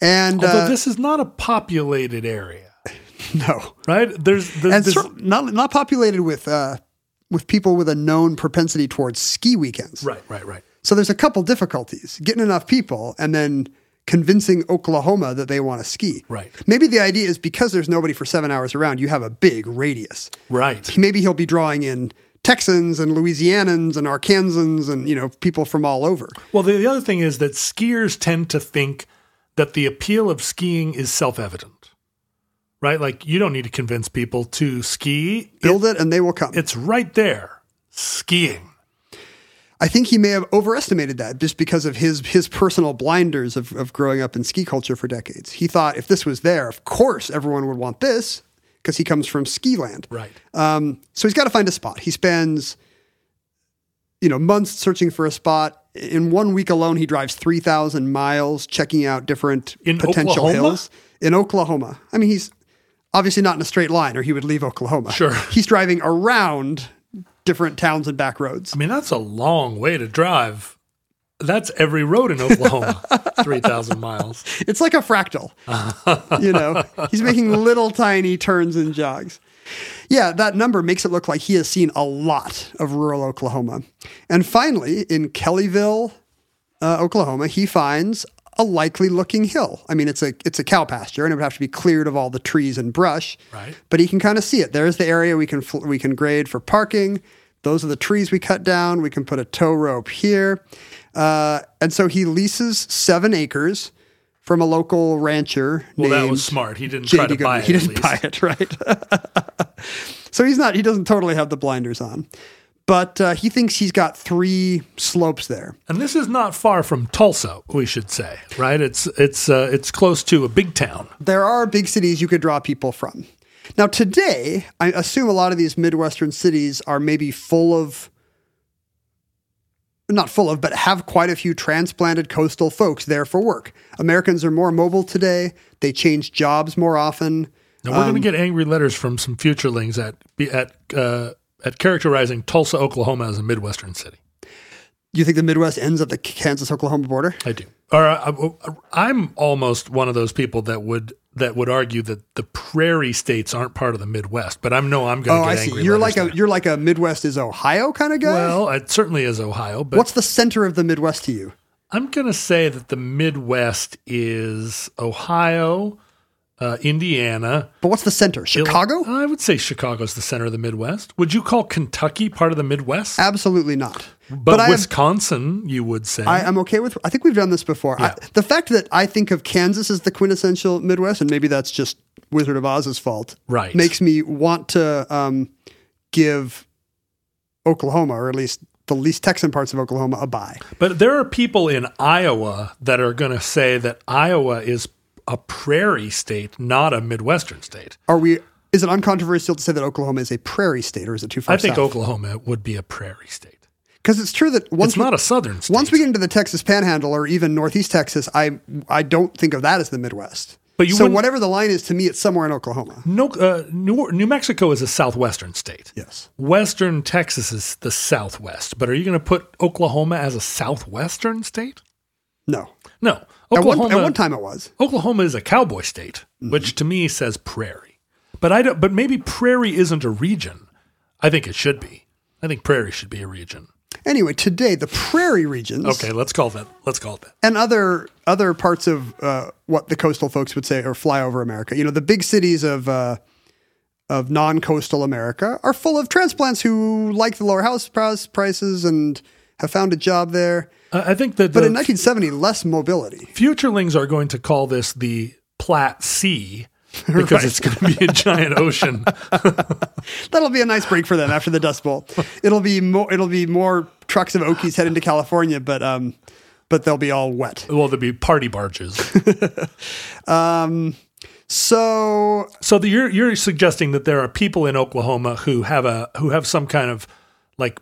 Speaker 5: And
Speaker 2: Although
Speaker 5: uh,
Speaker 2: this is not a populated area,
Speaker 5: no,
Speaker 2: right? There's, there's,
Speaker 5: and
Speaker 2: there's-
Speaker 5: cer- not not populated with uh, with people with a known propensity towards ski weekends.
Speaker 2: right, right, right.
Speaker 5: So there's a couple difficulties: getting enough people, and then convincing Oklahoma that they want to ski.
Speaker 2: Right.
Speaker 5: Maybe the idea is because there's nobody for seven hours around, you have a big radius.
Speaker 2: Right.
Speaker 5: Maybe he'll be drawing in Texans and Louisianans and Arkansans and you know people from all over.
Speaker 2: Well, the, the other thing is that skiers tend to think that the appeal of skiing is self-evident, right? Like you don't need to convince people to ski;
Speaker 5: Build it, and they will come.
Speaker 2: it's right there, skiing.
Speaker 5: I think he may have overestimated that just because of his his personal blinders of, of growing up in ski culture for decades. He thought if this was there, of course everyone would want this because he comes from ski land.
Speaker 2: Right.
Speaker 5: Um, so he's got to find a spot. He spends, you know, months searching for a spot. In one week alone, he drives three thousand miles checking out different
Speaker 2: In
Speaker 5: potential
Speaker 2: Oklahoma?
Speaker 5: hills in Oklahoma. I mean, he's obviously not in a straight line, or he would leave Oklahoma.
Speaker 2: Sure.
Speaker 5: he's driving around different towns and back roads.
Speaker 2: I mean, that's a long way to drive. That's every road in Oklahoma, 3,000 miles.
Speaker 5: It's like a fractal. you know, he's making little tiny turns and jogs. Yeah, that number makes it look like he has seen a lot of rural Oklahoma. And finally, in Kellyville, uh, Oklahoma, he finds a likely looking hill. I mean, it's a it's a cow pasture, and it would have to be cleared of all the trees and brush.
Speaker 2: Right.
Speaker 5: But he can kind of see it. There's the area we can fl- we can grade for parking. Those are the trees we cut down. We can put a tow rope here. Uh, and so he leases seven acres from a local rancher.
Speaker 2: Well, that
Speaker 5: named
Speaker 2: was smart. He didn't
Speaker 5: J.D.
Speaker 2: try to
Speaker 5: Goodman.
Speaker 2: buy it.
Speaker 5: He
Speaker 2: at
Speaker 5: didn't
Speaker 2: least.
Speaker 5: buy it, right? so he's not. He doesn't totally have the blinders on, but uh, he thinks he's got three slopes there.
Speaker 2: And this is not far from Tulsa, we should say, right? It's it's uh, it's close to a big town.
Speaker 5: There are big cities you could draw people from. Now today, I assume a lot of these midwestern cities are maybe full of. Not full of, but have quite a few transplanted coastal folks there for work. Americans are more mobile today. They change jobs more often.
Speaker 2: Now we're going
Speaker 5: Um,
Speaker 2: to get angry letters from some futurelings at be- at uh, at characterizing Tulsa, Oklahoma, as a midwestern city.
Speaker 5: Do you think the Midwest ends at the Kansas Oklahoma border?
Speaker 2: I do. Or uh, I, I'm almost one of those people that would that would argue that the prairie states aren't part of the Midwest, but I'm no, I'm going
Speaker 5: Oh,
Speaker 2: to
Speaker 5: I
Speaker 2: get
Speaker 5: see.
Speaker 2: angry.
Speaker 5: You're like
Speaker 2: letters
Speaker 5: a
Speaker 2: now.
Speaker 5: you're like a Midwest is Ohio kind of guy.
Speaker 2: well, it certainly is Ohio, but
Speaker 5: What's the center of the Midwest to you?
Speaker 2: I'm going to say that the Midwest is Ohio, uh, Indiana.
Speaker 5: But what's the center? Chicago?
Speaker 2: I would say Chicago's the center of the Midwest. Would you call Kentucky part of the Midwest?
Speaker 5: Absolutely not.
Speaker 2: but
Speaker 5: Uh, I, am,
Speaker 2: Wisconsin, you would say.
Speaker 5: I uh, am okay with. I think we've done this before. I, the fact that I think of Kansas as the quintessential Midwest, and maybe that's just Wizard of Oz's fault,
Speaker 2: Right.
Speaker 5: Makes me want to um, give Oklahoma, or at least the least Texan parts of Oklahoma, a buy.
Speaker 2: but there are people in Iowa that are going to say that Iowa is a prairie state, not a Midwestern state.
Speaker 5: Are we? Is it uncontroversial to say that Oklahoma is a prairie state, or is it too far?
Speaker 2: I think
Speaker 5: south?
Speaker 2: Oklahoma would be a prairie state.
Speaker 5: because it's true that once
Speaker 2: It's
Speaker 5: we-
Speaker 2: not a southern state.
Speaker 5: Once we get into the Texas Panhandle or even Northeast Texas, I I don't think of that as the Midwest.
Speaker 2: But you
Speaker 5: so
Speaker 2: wouldn't-
Speaker 5: whatever the line is to me, it's somewhere in Oklahoma.
Speaker 2: no, uh, New, New Mexico is a southwestern state.
Speaker 5: Yes.
Speaker 2: Western Texas is the southwest, but are you going to put Oklahoma as a southwestern state?
Speaker 5: No.
Speaker 2: No.
Speaker 5: At one,
Speaker 2: Oklahoma,
Speaker 5: at one time Mm-hmm. it was.
Speaker 2: Oklahoma is a cowboy state, which to me says prairie. But I don't, but maybe prairie isn't a region. I think it should be. I think prairie should be a region.
Speaker 5: Anyway, today the prairie regions
Speaker 2: Okay, let's call that. Let's call it that.
Speaker 5: and other other parts of uh, what the coastal folks would say are flyover America. You know, the big cities of uh, of non-coastal America are full of transplants who like the lower house price- prices and have found a job there.
Speaker 2: Uh, I think that
Speaker 5: But
Speaker 2: the
Speaker 5: in 1970, less mobility.
Speaker 2: futurelings are going to call this the Platte Sea because it's going to be a giant ocean.
Speaker 5: That'll be a nice break for them after the Dust Bowl. It'll be more. It'll be more trucks of Okies heading to California, but um, but they'll be all wet.
Speaker 2: well, there'll be party barges.
Speaker 5: So
Speaker 2: So the, you're you're suggesting that there are people in Oklahoma who have a who have some kind of like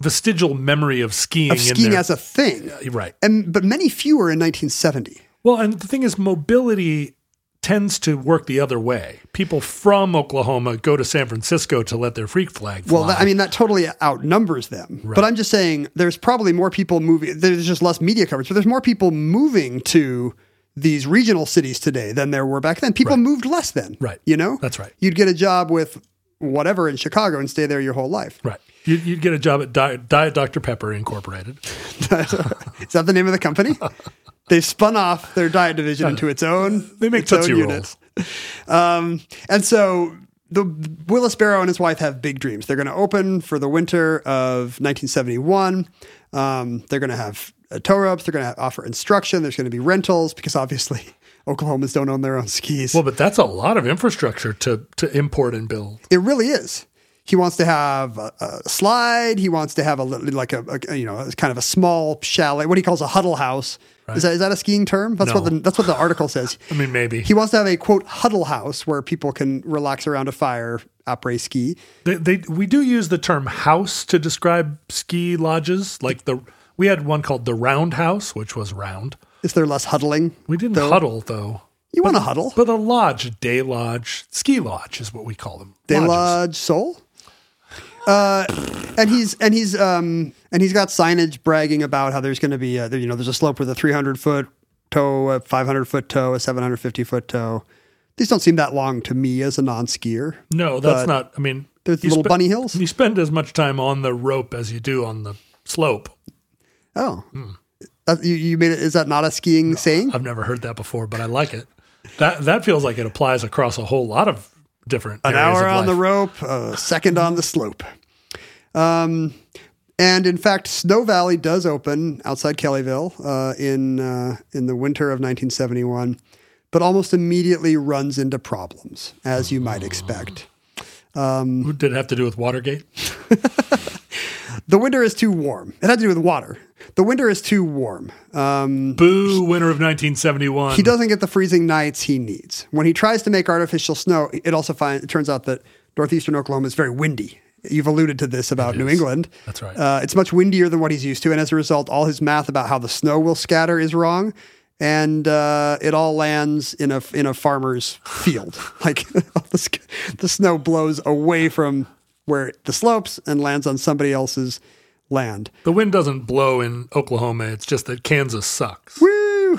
Speaker 2: vestigial memory of skiing.
Speaker 5: of skiing
Speaker 2: in their,
Speaker 5: as a thing,
Speaker 2: right.
Speaker 5: and but many fewer in 1970.
Speaker 2: Well, and the thing is, mobility tends to work the other way. People from Oklahoma go to San Francisco to let their freak flag fly.
Speaker 5: Well, that, I mean that totally outnumbers them. But I'm just saying there's probably more people moving. There's just less media coverage, but there's more people moving to these regional cities today than there were back then. People moved less then.
Speaker 2: Right.
Speaker 5: You know.
Speaker 2: That's right.
Speaker 5: You'd get a job with whatever in Chicago and stay there your whole life.
Speaker 2: right. You, you'd get a job at Diet, Diet Dr Pepper Incorporated.
Speaker 5: Is that the name of the company? They've spun off their diet division into its own.
Speaker 2: They make
Speaker 5: its own
Speaker 2: Tootsie
Speaker 5: unit.
Speaker 2: Rolls.
Speaker 5: Um, and so the Willis Barrow and his wife have big dreams. They're going to open for the winter of 1971. Um, they're going to have uh, tow ropes. They're going to offer instruction. There's going to be rentals because obviously Oklahomans don't own their own skis.
Speaker 2: Well, but that's a lot of infrastructure to to import and build.
Speaker 5: It really is. He wants to have a, a slide. He wants to have a li- like a, a- you know a kind of a small chalet, what he calls a huddle house. Is that is that a skiing term? That's what
Speaker 2: No.
Speaker 5: the that's what the article says.
Speaker 2: I mean, maybe
Speaker 5: He wants to have a quote huddle house where people can relax around a fire, après ski.
Speaker 2: They, they we do use the term house to describe ski lodges. Like the we had one called the Roundhouse, which was round.
Speaker 5: Is there less huddling?
Speaker 2: We didn't huddle though.
Speaker 5: You want to huddle?
Speaker 2: But a lodge, a day lodge, ski lodge is what we call them.
Speaker 5: They
Speaker 2: Lodges.
Speaker 5: lodge soul. Uh, and he's and he's um and he's got signage bragging about how there's going to be a, you know there's a slope with a 300 foot toe, a 500 foot toe, a 750 foot toe. These don't seem that long to me as a non skier.
Speaker 2: No, that's
Speaker 5: But
Speaker 2: not. I mean,
Speaker 5: there's
Speaker 2: you
Speaker 5: little bunny hills?
Speaker 2: You spend as much time on the rope as you do on the slope.
Speaker 5: Oh, That- you, you made it. Is that not a skiing saying?
Speaker 2: I've never heard that before, but I like it. That that feels like it applies across a whole lot of different.
Speaker 5: an
Speaker 2: areas
Speaker 5: hour
Speaker 2: of
Speaker 5: on the rope,
Speaker 2: life.
Speaker 5: a second on the slope. Um, and in fact, Snow Valley does open outside Kellyville uh, in uh, in the winter of 1971, but almost immediately runs into problems, as you might expect.
Speaker 2: Oh. Did it have to do with Watergate?
Speaker 5: The winter is too warm. It had to do with water. The winter is too warm.
Speaker 2: Boo! Winter of 1971.
Speaker 5: Mm. He doesn't get the freezing nights he needs. When he tries to make artificial snow, it also find, it turns out that northeastern Oklahoma is very windy. You've alluded to this about New England.
Speaker 2: That's right.
Speaker 5: Uh, it's much windier than what he's used to, and as a result, all his math about how the snow will scatter is wrong, and uh, it all lands in a in a farmer's field. like the, sc- the snow blows away from where the slopes and lands on somebody else's land.
Speaker 2: The wind doesn't blow in Oklahoma. It's just that Kansas sucks.
Speaker 5: Woo!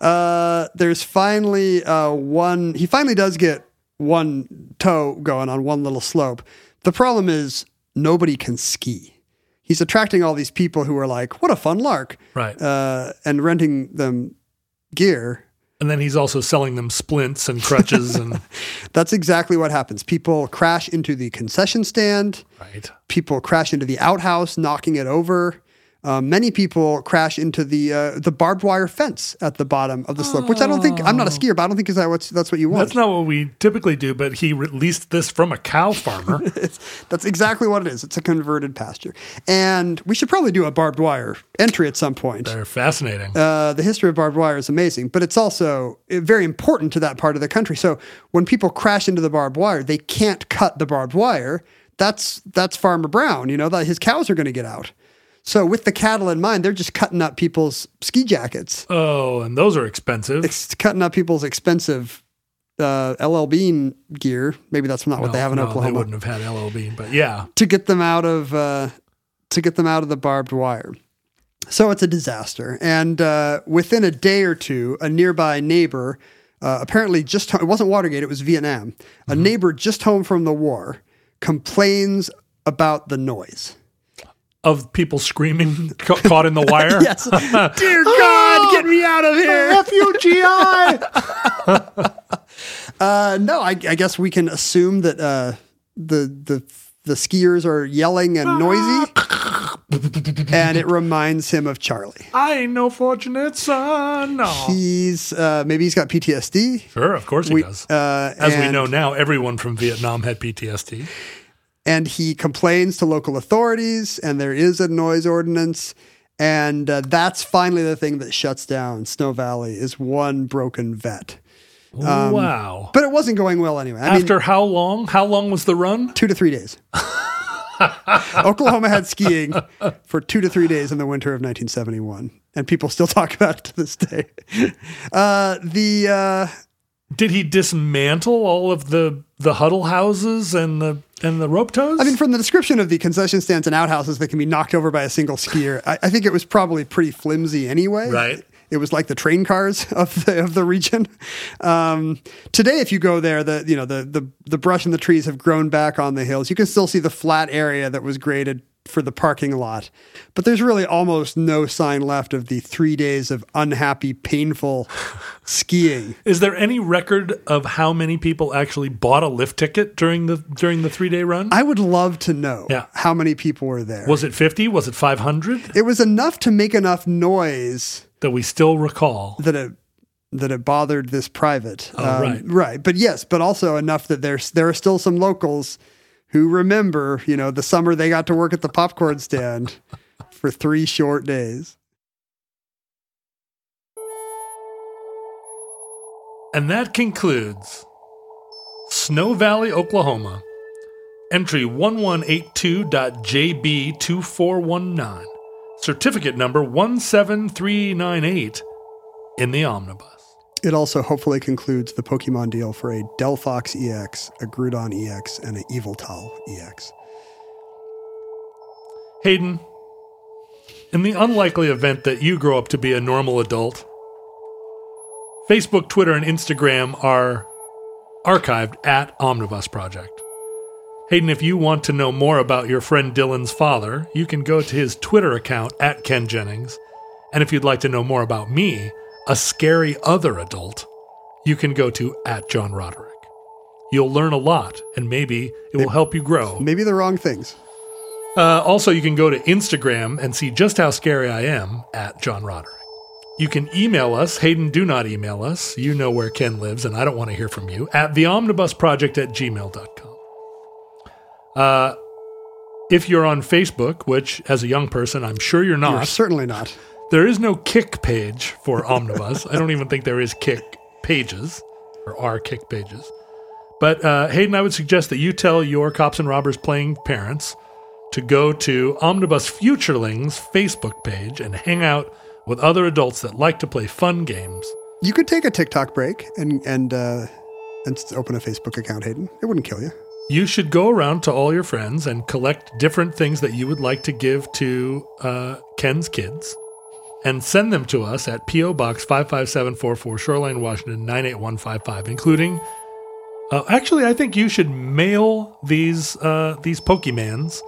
Speaker 5: Uh, there's finally uh, one. He finally does get one toe going on one little slope. The problem is nobody can ski. He's attracting all these people who are like, "What a fun lark!"
Speaker 2: Right.
Speaker 5: Uh, and renting them gear.
Speaker 2: and then he's also selling them splints and crutches and
Speaker 5: That's exactly what happens. People crash into the concession stand.
Speaker 2: right.
Speaker 5: people crash into the outhouse, knocking it over. Uh, many people crash into the uh, the barbed wire fence at the bottom of the slope, which I don't think I'm not a skier, but I don't think is that what's, that's what you want.
Speaker 2: That's not what we typically do, but he released this from a cow farmer.
Speaker 5: That's exactly what it is. It's a converted pasture, and we should probably do a barbed wire entry at some point.
Speaker 2: They're fascinating.
Speaker 5: Uh, the history of barbed wire is amazing, but it's also uh, very important to that part of the country. So when people crash into the barbed wire, they can't cut the barbed wire. That's that's Farmer Brown. You know that his cows are going to get out. So with the cattle in mind, they're just cutting up people's ski jackets.
Speaker 2: oh, and those are expensive.
Speaker 5: It's cutting up people's expensive uh, LL Bean gear. Maybe that's not what they have in
Speaker 2: no, They
Speaker 5: Oklahoma
Speaker 2: wouldn't have had LLB, but yeah,
Speaker 5: to get them out of uh, to get them out of the barbed wire. So it's a disaster. And uh, within a day or two, a nearby neighbor, uh, apparently just it wasn't Watergate, it was Vietnam. A neighbor just home from the war complains about the noise.
Speaker 2: of people screaming ca- caught in the wire.
Speaker 5: Yes, dear God, get me out of here.
Speaker 3: FUGI!
Speaker 5: Uh, no, I, I guess we can assume that uh, the the the skiers are yelling and noisy, and it reminds him of Charlie.
Speaker 2: I ain't no fortunate son. No.
Speaker 5: He's uh, maybe he's got PTSD.
Speaker 2: sure, of course he does.
Speaker 5: Uh,
Speaker 2: As we
Speaker 5: and-
Speaker 2: know now, everyone from Vietnam had PTSD.
Speaker 5: and he complains to local authorities, and there is a noise ordinance. And uh, that's finally the thing that shuts down Snow Valley is one broken vet.
Speaker 2: wow.
Speaker 5: Um, But it wasn't going well anyway. I mean,
Speaker 2: After how long? How long was the run?
Speaker 5: two to three days. Oklahoma had skiing for two to three days in the winter of 1971, and people still talk about it to this day. Uh, the uh,
Speaker 2: Did he dismantle all of the the huddle houses and the and the rope tows?
Speaker 5: I mean, from the description of the concession stands and outhouses that can be knocked over by a single skier, I, I think it was probably pretty flimsy anyway.
Speaker 2: Right.
Speaker 5: It was like the train cars of the of the region. Um, today, if you go there, the you know the, the the brush and the trees have grown back on the hills. You can still see the flat area that was graded for the parking lot, but there's really almost no sign left of the three days of unhappy, painful skiing.
Speaker 2: is there any record of how many people actually bought a lift ticket during the during the three day run?
Speaker 5: I would love to know
Speaker 2: Yeah.
Speaker 5: how many people were there.
Speaker 2: was it fifty? Was it five hundred?
Speaker 5: it was enough to make enough noise.
Speaker 2: That we still recall.
Speaker 5: that it that it bothered this private. Um,
Speaker 2: Oh, right.
Speaker 5: But yes, but also enough that there's there are still some locals who remember, you know, the summer they got to work at the popcorn stand for three short days.
Speaker 2: And that concludes Snow Valley, Oklahoma, entry 1182.JB2419, certificate number 17398 in the omnibus.
Speaker 5: It also hopefully concludes the E Pokemon deal for a Delphox EX, a Groudon EX, and an Eviltal EX.
Speaker 2: Hayden, in the unlikely event that you grow up to be a normal adult, Facebook, Twitter, and Instagram are archived at Omnibus Project. Hayden, if you want to know more about your friend Dylan's father, you can go to his Twitter account at Ken Jennings. And if you'd like to know more about me, a scary other adult, you can go to at John Roderick. You'll learn a lot, and maybe it will help you grow.
Speaker 5: Maybe the wrong things.
Speaker 2: Uh, also, you can go to Instagram and see just how scary I am at John Roderick. You can email us. Hayden, do not email us. You know where Ken lives, and I don't want to hear from you. At theomnibusproject at gmail.com. Uh, if you're on Facebook, which as a young person, I'm sure you're
Speaker 5: You're
Speaker 2: not,
Speaker 5: certainly not.
Speaker 2: there is no kick page for Omnibus. I don't even think there is kick pages or are kick pages. But uh, Hayden, I would suggest that you tell your cops and robbers playing parents to go to Omnibus Futurelings Facebook page and hang out with other adults that like to play fun games.
Speaker 5: You could take a TikTok break and and uh, and s- open a Facebook account, Hayden. It wouldn't kill you.
Speaker 2: You should go around to all your friends and collect different things that you would like to give to uh, Ken's kids and send them to us at P.O. Box 55744 Shoreline, Washington 98155, including. Uh, actually, I think you should mail these uh, these Pokemans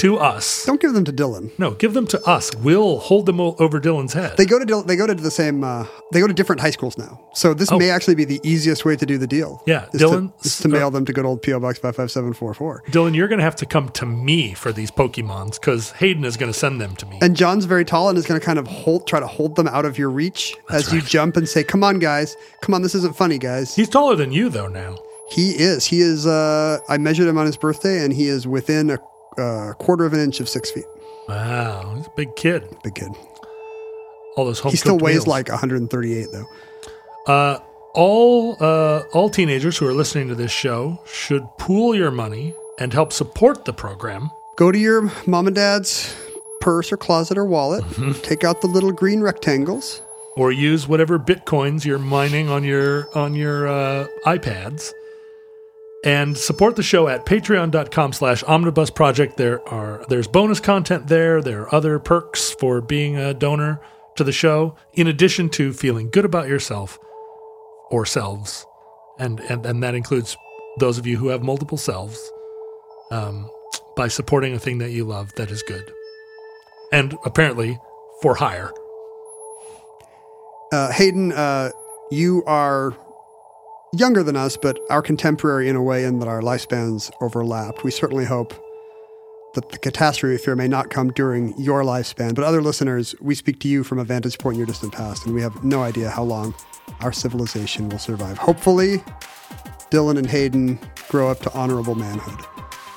Speaker 2: to us.
Speaker 5: Don't give them to Dylan.
Speaker 2: No, give them to us. We'll hold them o- over Dylan's head.
Speaker 5: They go to Dil- they go to the same uh, they go to different high schools now. So this may actually be the easiest way to do the deal.
Speaker 2: Oh. Yeah,
Speaker 5: is
Speaker 2: Dylan,
Speaker 5: to, is to
Speaker 2: uh,
Speaker 5: mail them to good old PO Box five five seven four four.
Speaker 2: Dylan, you're going to have to come to me for these Pokemons because Hayden is going to send them to me.
Speaker 5: And John's very tall and is going to kind of hold try to hold them out of your reach as you jump and say, "Come on, guys! Come on! This isn't funny, guys."
Speaker 2: He's taller than you, though, now.
Speaker 5: He is. He is. Uh, I measured him on his birthday, and he is within a uh, quarter of an inch of six feet.
Speaker 2: Wow, he's a big kid.
Speaker 5: Big kid.
Speaker 2: Oh, All those home.
Speaker 5: He still
Speaker 2: cooked
Speaker 5: weighs
Speaker 2: meals.
Speaker 5: like 138, though.
Speaker 2: Uh, all uh, all teenagers who are listening to this show should pool your money and help support the program.
Speaker 5: Go to your mom and dad's purse or closet or wallet.
Speaker 2: Mm-hmm.
Speaker 5: Take out the little green rectangles.
Speaker 2: or use whatever bitcoins you're mining on your on your uh, iPads. And support the show at patreon.com slash omnibus project. There are there's bonus content there. There are other perks for being a donor to the show, in addition to feeling good about yourself or selves. And and, and that includes those of you who have multiple selves um, by supporting a thing that you love that is good. And apparently for hire.
Speaker 5: Uh, Hayden, uh, you are younger than us, but our contemporary in a way, in that our lifespans overlapped. We certainly hope that the catastrophe fear may not come during your lifespan. But other listeners, we speak to you from a vantage point in your distant past, and we have no idea how long our civilization will survive. Hopefully, Dylan and Hayden grow up to honorable manhood.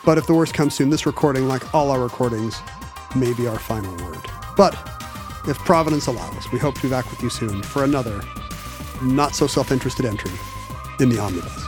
Speaker 5: But if the worst comes soon, this recording, like all our recordings, may be our final word. But if Providence allows, we hope to be back with you soon for another not so self interested entry in the omnibus.